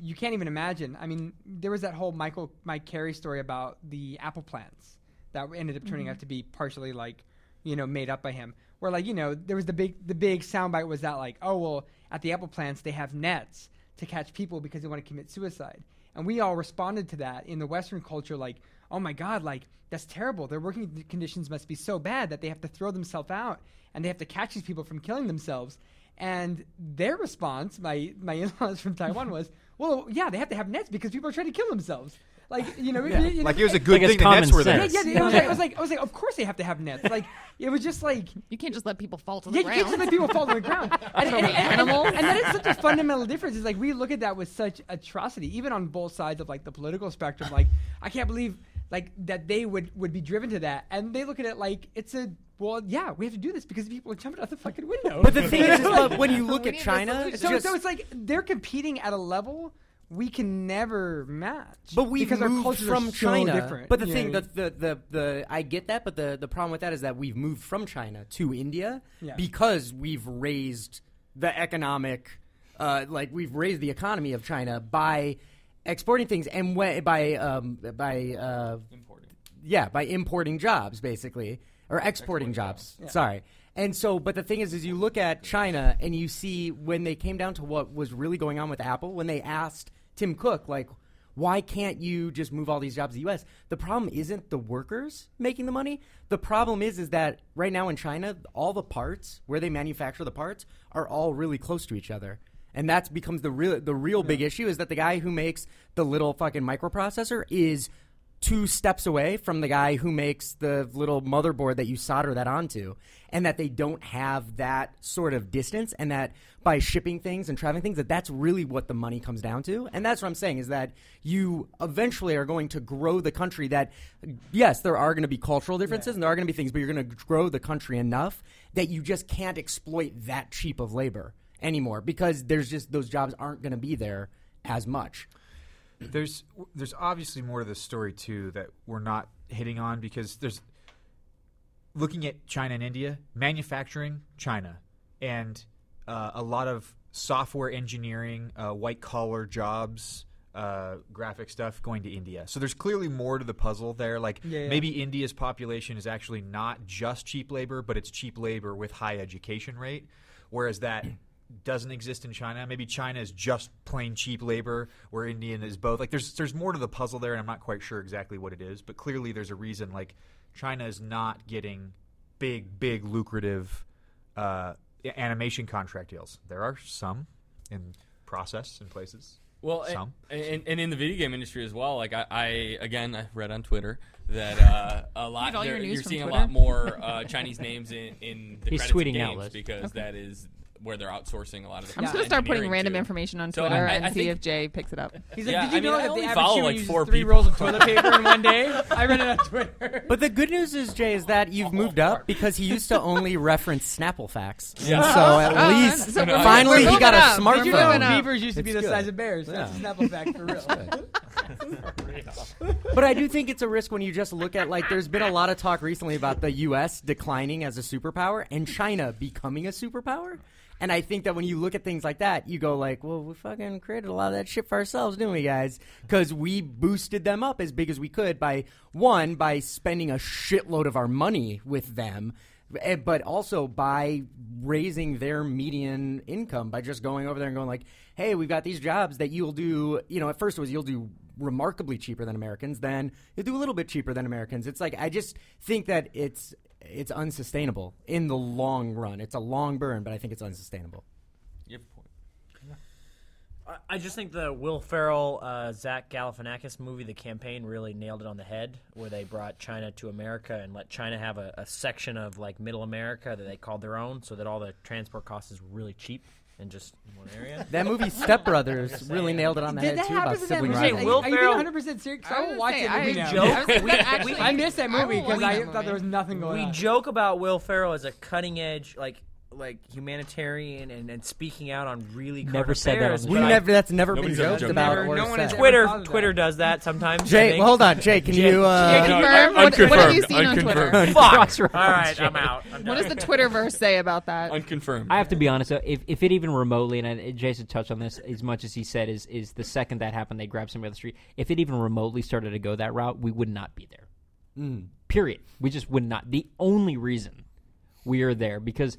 I: you can't even imagine. I mean, there was that whole Michael Mike Carey story about the apple plants that ended up
K: Mm-hmm.
I: turning
E: Mhm.
I: out to be partially like you know made up by him. Where like you know there was the big the big soundbite was that like oh well at the apple plants they have nets to catch people because they want to commit suicide, and we all responded to that in the Western culture like oh my god like that's terrible their working conditions must be so bad that they have to throw themselves out and they have to catch these people from killing themselves and their response, my my in-laws from Taiwan was, "Well, yeah, they have to have nets because people are trying to kill themselves." Like you know,
F: Yeah.
I: you- you know-
F: Like it was a good Like it's thing the nets common were there. sense.
I: Yeah, yeah. It was like, I was like, I was like, of course they have to have nets. Like it was just like
L: you can't just let people fall to the
I: yeah,
L: ground.
I: you can't just let people fall to the ground. And, and,
L: Are we
I: and- and-
L: animals?
I: and that is such a fundamental difference. Is like we look at that with such atrocity, even on both sides of like the political spectrum. Like I can't believe like that they would would be driven to that, and they look at it like it's a well, yeah, we have to do this because people are jumping out the fucking window.
K: But the thing is, is
I: You know,
K: look, when you look We at need a China, solution.
I: so,
K: just-
I: so it's like they're competing at a level we can never match.
K: But we've
I: because our
K: moved
I: cultures are so
K: from China.
I: different.
K: But the
I: Yeah,
K: thing,
I: yeah.
K: that the, the the I get that, but the the problem with that is that we've moved from China to India
I: Yeah.
K: because we've raised the economic, uh, like we've raised the economy of China by exporting things and when, by um, by uh, importing. Yeah, by importing jobs basically or exporting, jobs.
E: Yeah.
K: Sorry. And so, but the thing is, is you look at China and you see when they came down to what was really going on with Apple, when they asked Tim Cook, like, why can't you just move all these jobs to the U.S.? The problem isn't the workers making the money. The problem is, is that right now in China, all the parts where they manufacture the parts are all really close to each other. And that becomes the real, the real big issue is that the guy who makes the little fucking microprocessor is two steps away from the guy who makes the little motherboard that you solder that onto and that they don't have that sort of distance and that by shipping things and traveling things that that's really what the money comes down to and that's what i'm saying is that you eventually are going to grow the country that yes there are going to be cultural differences and there are going to be things but you're going to grow the country enough that you just can't exploit that cheap of labor anymore because there's just those jobs aren't going to be there as much
F: there's there's obviously more to this story too that we're not hitting on because there's looking at China and India, manufacturing China, and uh, a lot of software engineering, uh, white collar jobs, uh, graphic stuff going to India. So there's clearly more to the puzzle there. Like
I: Yeah, yeah.
F: maybe India's population is actually not just cheap labor, but it's cheap labor with high education rate, whereas that. Doesn't exist in China. Maybe China is just plain cheap labor, where Indian is both. Like there's there's more to the puzzle there, and I'm not quite sure exactly what it is, but clearly there's a reason. Like China is not getting big, big lucrative uh, a- animation contract deals. There are some in process in places.
C: Well, and-
F: some.
C: and, and, in the video game industry as well. Like I, I again, I read on Twitter that uh, a lot
L: get all your
C: there-
L: news
C: you're
L: from
C: seeing
L: Twitter?
C: a lot more uh, Chinese names in, in the
D: He's
C: credits of
D: tweeting out
C: games
D: list.
C: because that is where they're outsourcing a lot of. The
L: I'm just gonna start putting random information on
C: So
L: Twitter
C: I- I-
L: and
C: I
L: see
C: think-
L: if Jay picks it up.
I: He's like,
C: Yeah,
I: did you
C: I mean,
I: know
C: I
I: that
C: only
I: the average
C: follow,
I: human
C: like,
I: uses
C: four
I: three
C: people.
I: rolls of toilet paper in one day? I read it on Twitter.
K: But the good news is, Jay, is that
I: Oh,
K: you've moved up because he used to only reference Snapple facts.
I: Yeah.
K: And so at
I: Oh,
K: least,
I: so we're-
K: finally,
I: we're
K: he got a
I: moving up.
K: smartphone.
I: Did you know uh, beavers used to be
K: It's
I: the
K: good.
I: size of bears? That's a
K: Yeah.
I: Snapple fact for real.
K: but I do think it's a risk when you just look at like there's been a lot of talk recently about the U.S. declining as a superpower and China becoming a superpower. And I think that when you look at things like that, you go like, "Well, we fucking created a lot of that shit for ourselves, didn't we, guys? Because we boosted them up as big as we could by one by spending a shitload of our money with them." eh, But also by raising their median income by just going over there and going like, "Hey, we've got these jobs that you'll do." You know, at first it was you'll do remarkably cheaper than Americans, then they do a little bit cheaper than Americans. It's like I just think that it's it's unsustainable in the long run. It's a long burn, but I think it's unsustainable.
J: I- I just think the Will Ferrell, uh, Zach Galifianakis movie, The Campaign, really nailed it on the head, where they brought China to America and let China have a, a section of like Middle America that they called their own, so that all the transport cost is really cheap in just one area.
K: That movie Step Brothers
J: Just
K: really
J: saying.
K: nailed it on the head too about sibling
I: movie?
K: rivalry.
I: Are you-
J: Will
I: are you being
J: Ferrell-
I: 100 percent serious? 'Cause I will watch
L: say,
I: it.
L: I
I: every
L: would
I: now
L: joke-
I: and then.
L: I was like, actually,
I: I missed that
L: I will
I: movie
L: watch
I: because I
L: that
I: thought there was nothing going
J: we
I: on.
J: joke about Will Ferrell as a cutting edge, like like humanitarian and, and speaking out on really current
K: Never said that on
J: affairs,
K: the We
J: but I-
K: never- that's never been Nobody's ever joked joked about about it. or No one has said. ever
J: Twitter
K: thought of that.
J: Twitter does that sometimes.
K: Jake,
J: I think.
K: well, hold on. Jake, can you, uh, Jake, confirm? What- what have
J: Unconfirmed.
K: you seen on Twitter?
J: Unconfirmed. Fuck.
K: Crossroads,
J: All right, I'm
K: Jake.
J: out. I'm
L: What
J: done.
L: does the Twitterverse say about that?
C: Unconfirmed.
D: I have to be honest though, if, if it even remotely and I, Jason touched on this as much as he said is is the second that happened they grabbed somebody on the street. If it even remotely started to go that route, we would not be there. Mm. Period. We just would not. The only reason we are there because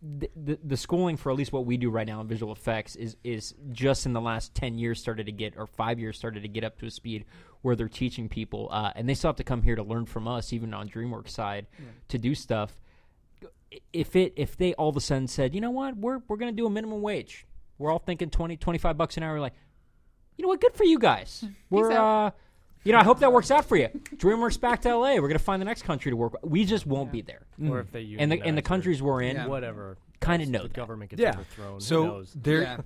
D: the, the, the schooling for at least what we do right now in visual effects is is just in the last 10 years started to get or 5 years started to get up to a speed where they're teaching people uh, and they still have to come here to learn from us even on dreamworks side to do stuff if it if they all of a sudden said, you know what, we're we're gonna do a minimum wage. We're all thinking 20, 25 bucks an hour. We're like, you know what, good for you guys. We're uh, you know, I hope that works out for you. DreamWorks back to LA. We're gonna find the next country to work. with. We just won't be there. Mm.
E: Or if they
D: and the and the
E: unionize or
D: countries we're in,
E: whatever
D: kind of
E: else
D: know
E: the
D: that.
E: government gets overthrown.
F: So
E: Who knows?
F: there,
E: Yeah.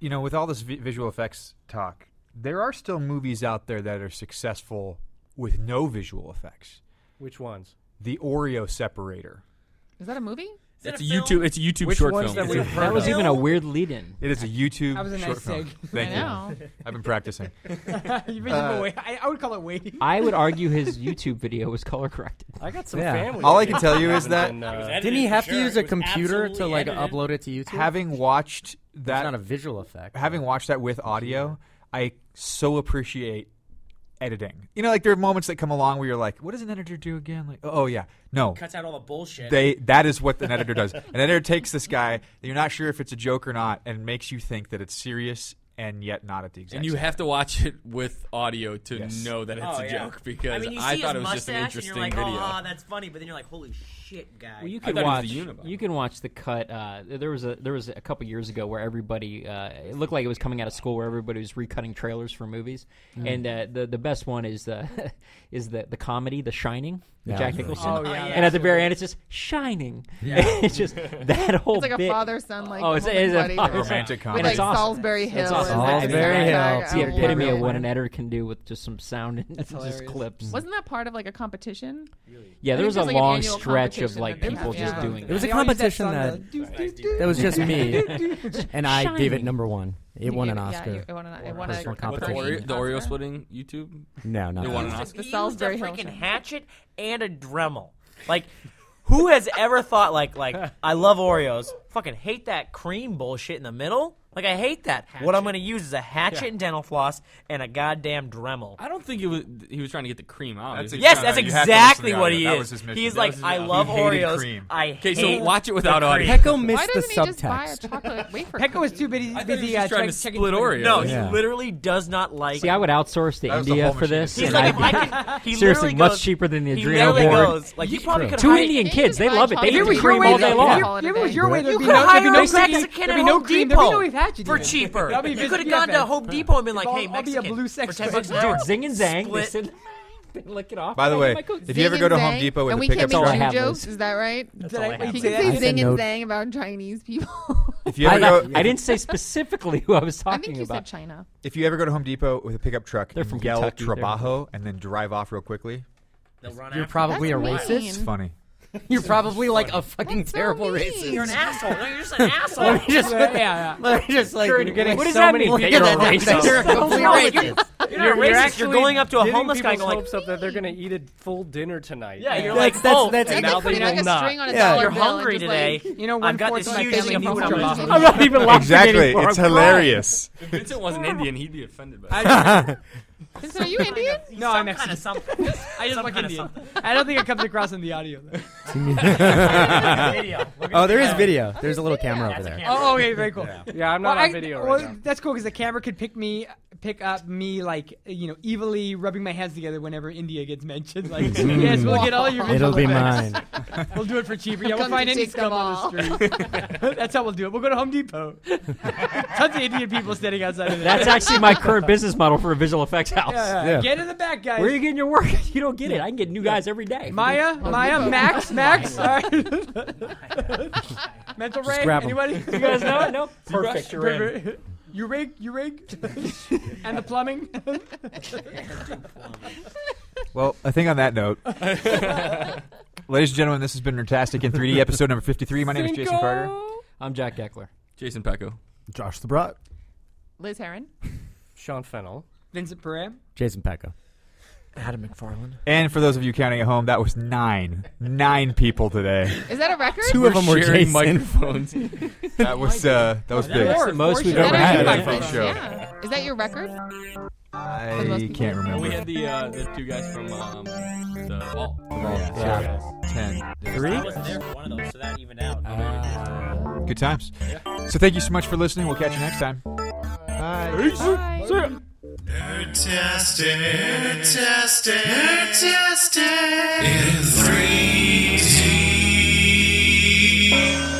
F: you know, with all this vi- visual effects talk, there are still movies out there that are successful with no visual effects.
E: Which ones?
F: The Oreo separator.
L: Is that a movie?
C: It's a YouTube. It's a YouTube
F: Which
C: short
F: ones
C: film.
F: that we
C: It's
F: have
C: a-
F: heard That was of?
D: even a weird lead-in.
F: It is a YouTube
I: That was a nice
F: short film.
I: seg.
F: Thank
I: I
F: you.
I: know.
F: I've been practicing.
I: You've been
F: Uh,
I: wait- I, I would call it waiting.
D: I would argue his YouTube video was color corrected.
E: I got some
K: Yeah.
E: family.
F: All I can tell you is
E: Haven't
F: that-
E: been, uh,
K: Didn't he have to use a computer to like
F: edited.
K: upload it to YouTube?
F: Having watched that,
K: not a visual effect.
F: Having watched that with audio, I so appreciate editing. You know, like there are moments that come along where you're like, "What does an editor do again?" Like, "Oh yeah, no."
J: Cuts out all the bullshit.
F: They that is what an editor does. An editor takes this guy that you're not sure if it's a joke or not, and makes you think that it's serious and yet not at the exact.
C: and you
F: same
C: have to watch it with audio to
F: Yes.
C: know that it's
J: Oh,
C: a
J: yeah.
C: joke because I,
J: I, mean, you see
C: thought it
J: his
C: was just an
J: mustache and
C: interesting
J: you're like,
C: video.
J: Oh, that's funny, but then you're like, holy shit, guy.
D: Well, you
C: I
D: could
C: thought it was
D: watch.
C: the Unabomber.
D: You can watch the cut. Uh, there was a there was a couple years ago where everybody uh, it looked like it was coming out of school where everybody was recutting trailers for movies,
K: Mm.
D: and uh, the the best one is the is the the comedy The Shining, with
K: Yeah.
D: Jack Nicholson.
K: Oh, yeah,
D: and at the
K: that's
D: very
K: good.
D: end, it's just Shining.
K: Yeah.
D: it's just that whole.
L: It's like a
D: bit-
L: father-son, like,
D: oh, it's,
L: holding
D: it's
L: buddy
D: a father-son.
F: Romantic
D: And
F: comedy.
D: it's
F: With, like,
D: awesome.
L: Salisbury
D: It's
L: Hill
D: awesome.
L: and that Salisbury kind of Hill.
D: It's the
L: thing. I
D: epitome
L: love
D: of what
L: it.
D: an editor can do with just some sound and
I: That's
D: just
I: hilarious.
D: clips.
L: Wasn't that part of like a competition?
D: Yeah,
L: I
D: there
L: think there's,
D: was a
L: like, an
D: long
L: annual
D: stretch of
L: competition
D: like
L: that they
D: people
L: have.
D: just
L: Yeah.
D: doing.
K: It was a
I: They always had
K: competition
I: some,
K: that-
I: uh, do, do, do,
K: that was just
I: do,
K: me,
I: do, do, do.
K: and I gave it
D: Shining.
K: number one. It
L: You
K: won
L: gave
K: an
L: it- yeah,
K: Oscar.
L: you- it won an- it
K: for
L: won a-
K: personal
L: a
C: What, the,
K: competition.
C: Oreo, the
L: Oscar?
C: Oreo splitting YouTube?
K: No, not
C: It
K: that.
C: won an
J: He
C: Oscar.
L: The
J: used
L: Salisbury
J: a
L: Hill
J: freaking
L: Shining.
J: hatchet and a Dremel. Like, who has ever thought like like I love Oreos, fucking hate that cream bullshit in the middle? Like I hate that. What I'm gonna use is a hatchet and dental floss and a goddamn Dremel.
C: I don't think it was. He was trying to get the cream out.
F: That's
C: He
F: ex-
C: was
J: Yes,
C: trying
J: that's
F: no, you have to listen
J: exactly
F: to
J: what
F: audio.
J: he
F: That was
J: is.
F: his mission.
J: He's
F: That
J: like,
F: was his
J: I
F: job.
J: love
F: He hated
J: Oreos.
F: cream.
J: I hate.
C: Okay, so watch it without
J: the
C: audio.
J: cream."
K: Pecco
L: Why
K: missed the
L: doesn't he just buy a
K: subtext.
L: chocolate wafer?
I: Pekka was
L: cookie?
I: too busy.
C: I thought he was
I: busy
C: just
I: uh,
C: trying
I: check-
C: to
I: checking
C: split
I: Twitter.
C: Oreos.
J: No,
K: Yeah.
J: he literally does not like.
D: See, I would outsource to
F: That was the
D: India
F: whole
D: for
F: machine.
D: this.
J: He's
D: and
J: like, if
D: I'd
J: I
D: be-
J: can, he
D: Seriously,
J: literally
D: much
J: goes-
D: cheaper than the
J: he
D: Adreno
J: literally
D: board.
J: goes, like, you probably could
D: Two
J: hide-
D: Indian
L: Can't
D: kids,
L: you
D: they
L: buy
D: love it. They
L: chocolate?
D: eat
I: If it
D: the
I: was your
D: cream
I: way,
D: all
I: then-
D: day
I: if
L: Yeah.
I: it-
D: long.
I: If it was your way, there'd
J: You
I: be
J: could
I: no, there'd be
J: hire
I: no
J: a
I: cookies,
J: Mexican
I: there'd
J: at
I: be no
J: Home
I: cream, there'd be no
J: Depot
I: hatchet
J: for
I: in it.
J: cheaper.
I: That'd be
J: You could have
I: Biscuit
J: gone to
I: Fest.
J: Home Depot and been like,
I: I'll-
J: "Hey,
I: I'll be
J: Mexican,
I: a blue sex
J: for ten bucks an
I: worker."
J: hour."
D: Dude, zing and zang. They
J: Split.
D: sit they lick it off.
F: By the
D: I get
F: way,
D: my cookies.
F: if you ever
L: Zing
F: go to
L: and
F: Home
L: zang,
F: Depot with
L: and
F: a
L: we
F: pickup
L: can't
D: That's all I
F: truck,
L: make
D: have,
L: Jew jokes,
D: Liz.
L: is that right?
J: That's all I
L: He
J: have.
L: can
K: I
L: say
K: said
L: zing
K: no.
L: and zang about Chinese people.
F: if you ever
D: I,
F: go,
D: I didn't say specifically who I was
L: I
D: talking
L: think you said
D: about.
L: China.
F: if you ever go to Home Depot with a pickup truck,
D: They're from
F: yell
D: Kentucky. They're-
F: "Trabajo" and then drive off real quickly.
J: They'll run
K: You're
J: after
K: probably a
L: That's mean.
K: racist.
F: It's funny.
K: You're probably like a fucking
L: That's so
K: terrible
L: mean.
K: racist.
J: You're an asshole. No, You're just an asshole.
K: Let me just,
I: Yeah, yeah.
K: let me just like.
D: You're getting
K: what
D: so
K: does that
D: many that
K: mean? Look at
D: you're
K: that.
D: racist.
K: You're a complete racist.
J: You're, not racist. you're going up to a
E: Giving
J: homeless guy and
E: people's
J: going like,
E: hopes up that they're going to eat a full dinner tonight.
J: yeah, you're
K: That's-
J: like,
K: that's-
J: oh,
K: that's-
J: and
K: that's
J: now
L: putting
J: they
L: like
J: will
L: a
J: not.
L: string on a
K: Yeah.
L: dollar
J: You're
L: bill and
J: hungry
L: just, like,
J: today.
I: You know,
J: I've got
I: one-fourth
J: this
I: of my
J: huge
I: family
J: thing of
I: needs
J: food.
I: to
J: I'm
I: laugh.
J: just
K: I'm not even laughing anymore. I'm crying.
C: If Vincent wasn't Indian, he'd be offended by that.
K: I
L: Vincent, Are you Indian?
I: No,
J: some
I: I'm
J: kind
I: Mexican.
J: of something.
I: I just
J: Some
I: look
J: kind of
I: Indian.
J: something.
I: I don't think it comes across in the audio. Though.
J: Video. Look at
K: oh, there is
J: the
K: video. There's a little camera over
J: That's a
K: there. oh,
J: camera.
I: Oh, okay, very cool.
E: Yeah, I'm not
I: Well,
E: on
I: I-
E: video
I: well,
E: right now.
I: That's cool because the camera could pick me pick up me like you know evilly rubbing my hands together whenever India gets mentioned. Like
D: Mm.
I: yes, we'll get all your.
K: It'll be
I: visual
K: mine.
I: effects. we'll do it for cheaper. Yeah, we'll
L: Come to
I: find any
L: take them
I: scum on the street. That's how we'll do it. We'll go to Home Depot. Tons of Indian people standing outside. Of there.
D: That's actually my current business model for a visual effects house.
I: Yeah, yeah. Yeah. Get in the back, guys.
D: Where are you getting your work? You don't get it. I can get new guys every day.
I: Maya, Maya, Max, Max. all right. Mental
D: Just
I: Ray.
D: grab 'em.
I: Anybody?
D: You guys know it? No? Perfect,
I: Brush,
D: you're in.
I: river- You rig, you rig, and the plumbing.
F: Well, I think on that note, ladies and gentlemen, this has been Fantastic in 3D episode number 53. My name is Jason
L: Cinco.
F: Carter.
D: I'm Jack Geckler.
C: Jason Pecco.
G: Josh the Brat.
L: Liz Heron.
K: Sean Fennell.
I: Vincent Pereira.
K: Jason Pecco. Adam McFarland.
F: And for those of you counting at home, that was nine. Nine people today.
L: Is that a record?
K: Two of them were
C: sharing
K: Jason.
C: microphones.
F: That was uh, that was
D: That-
F: big.
D: that's the most we've
L: Is that
D: ever
L: our
D: had
L: record?
D: on a phone show.
L: Yeah. Is that your record?
F: I can't
C: we
F: remember.
C: had the uh, the two guys from um, the vault.
F: Yeah. Ten.
J: I wasn't there for one of those, so that evened out.
F: Good times. So thank you so much for listening. We'll catch you next time. Bye.
L: Bye.
B: Nerdtastic. Nerdtastic. Nerdtastic. In 3D.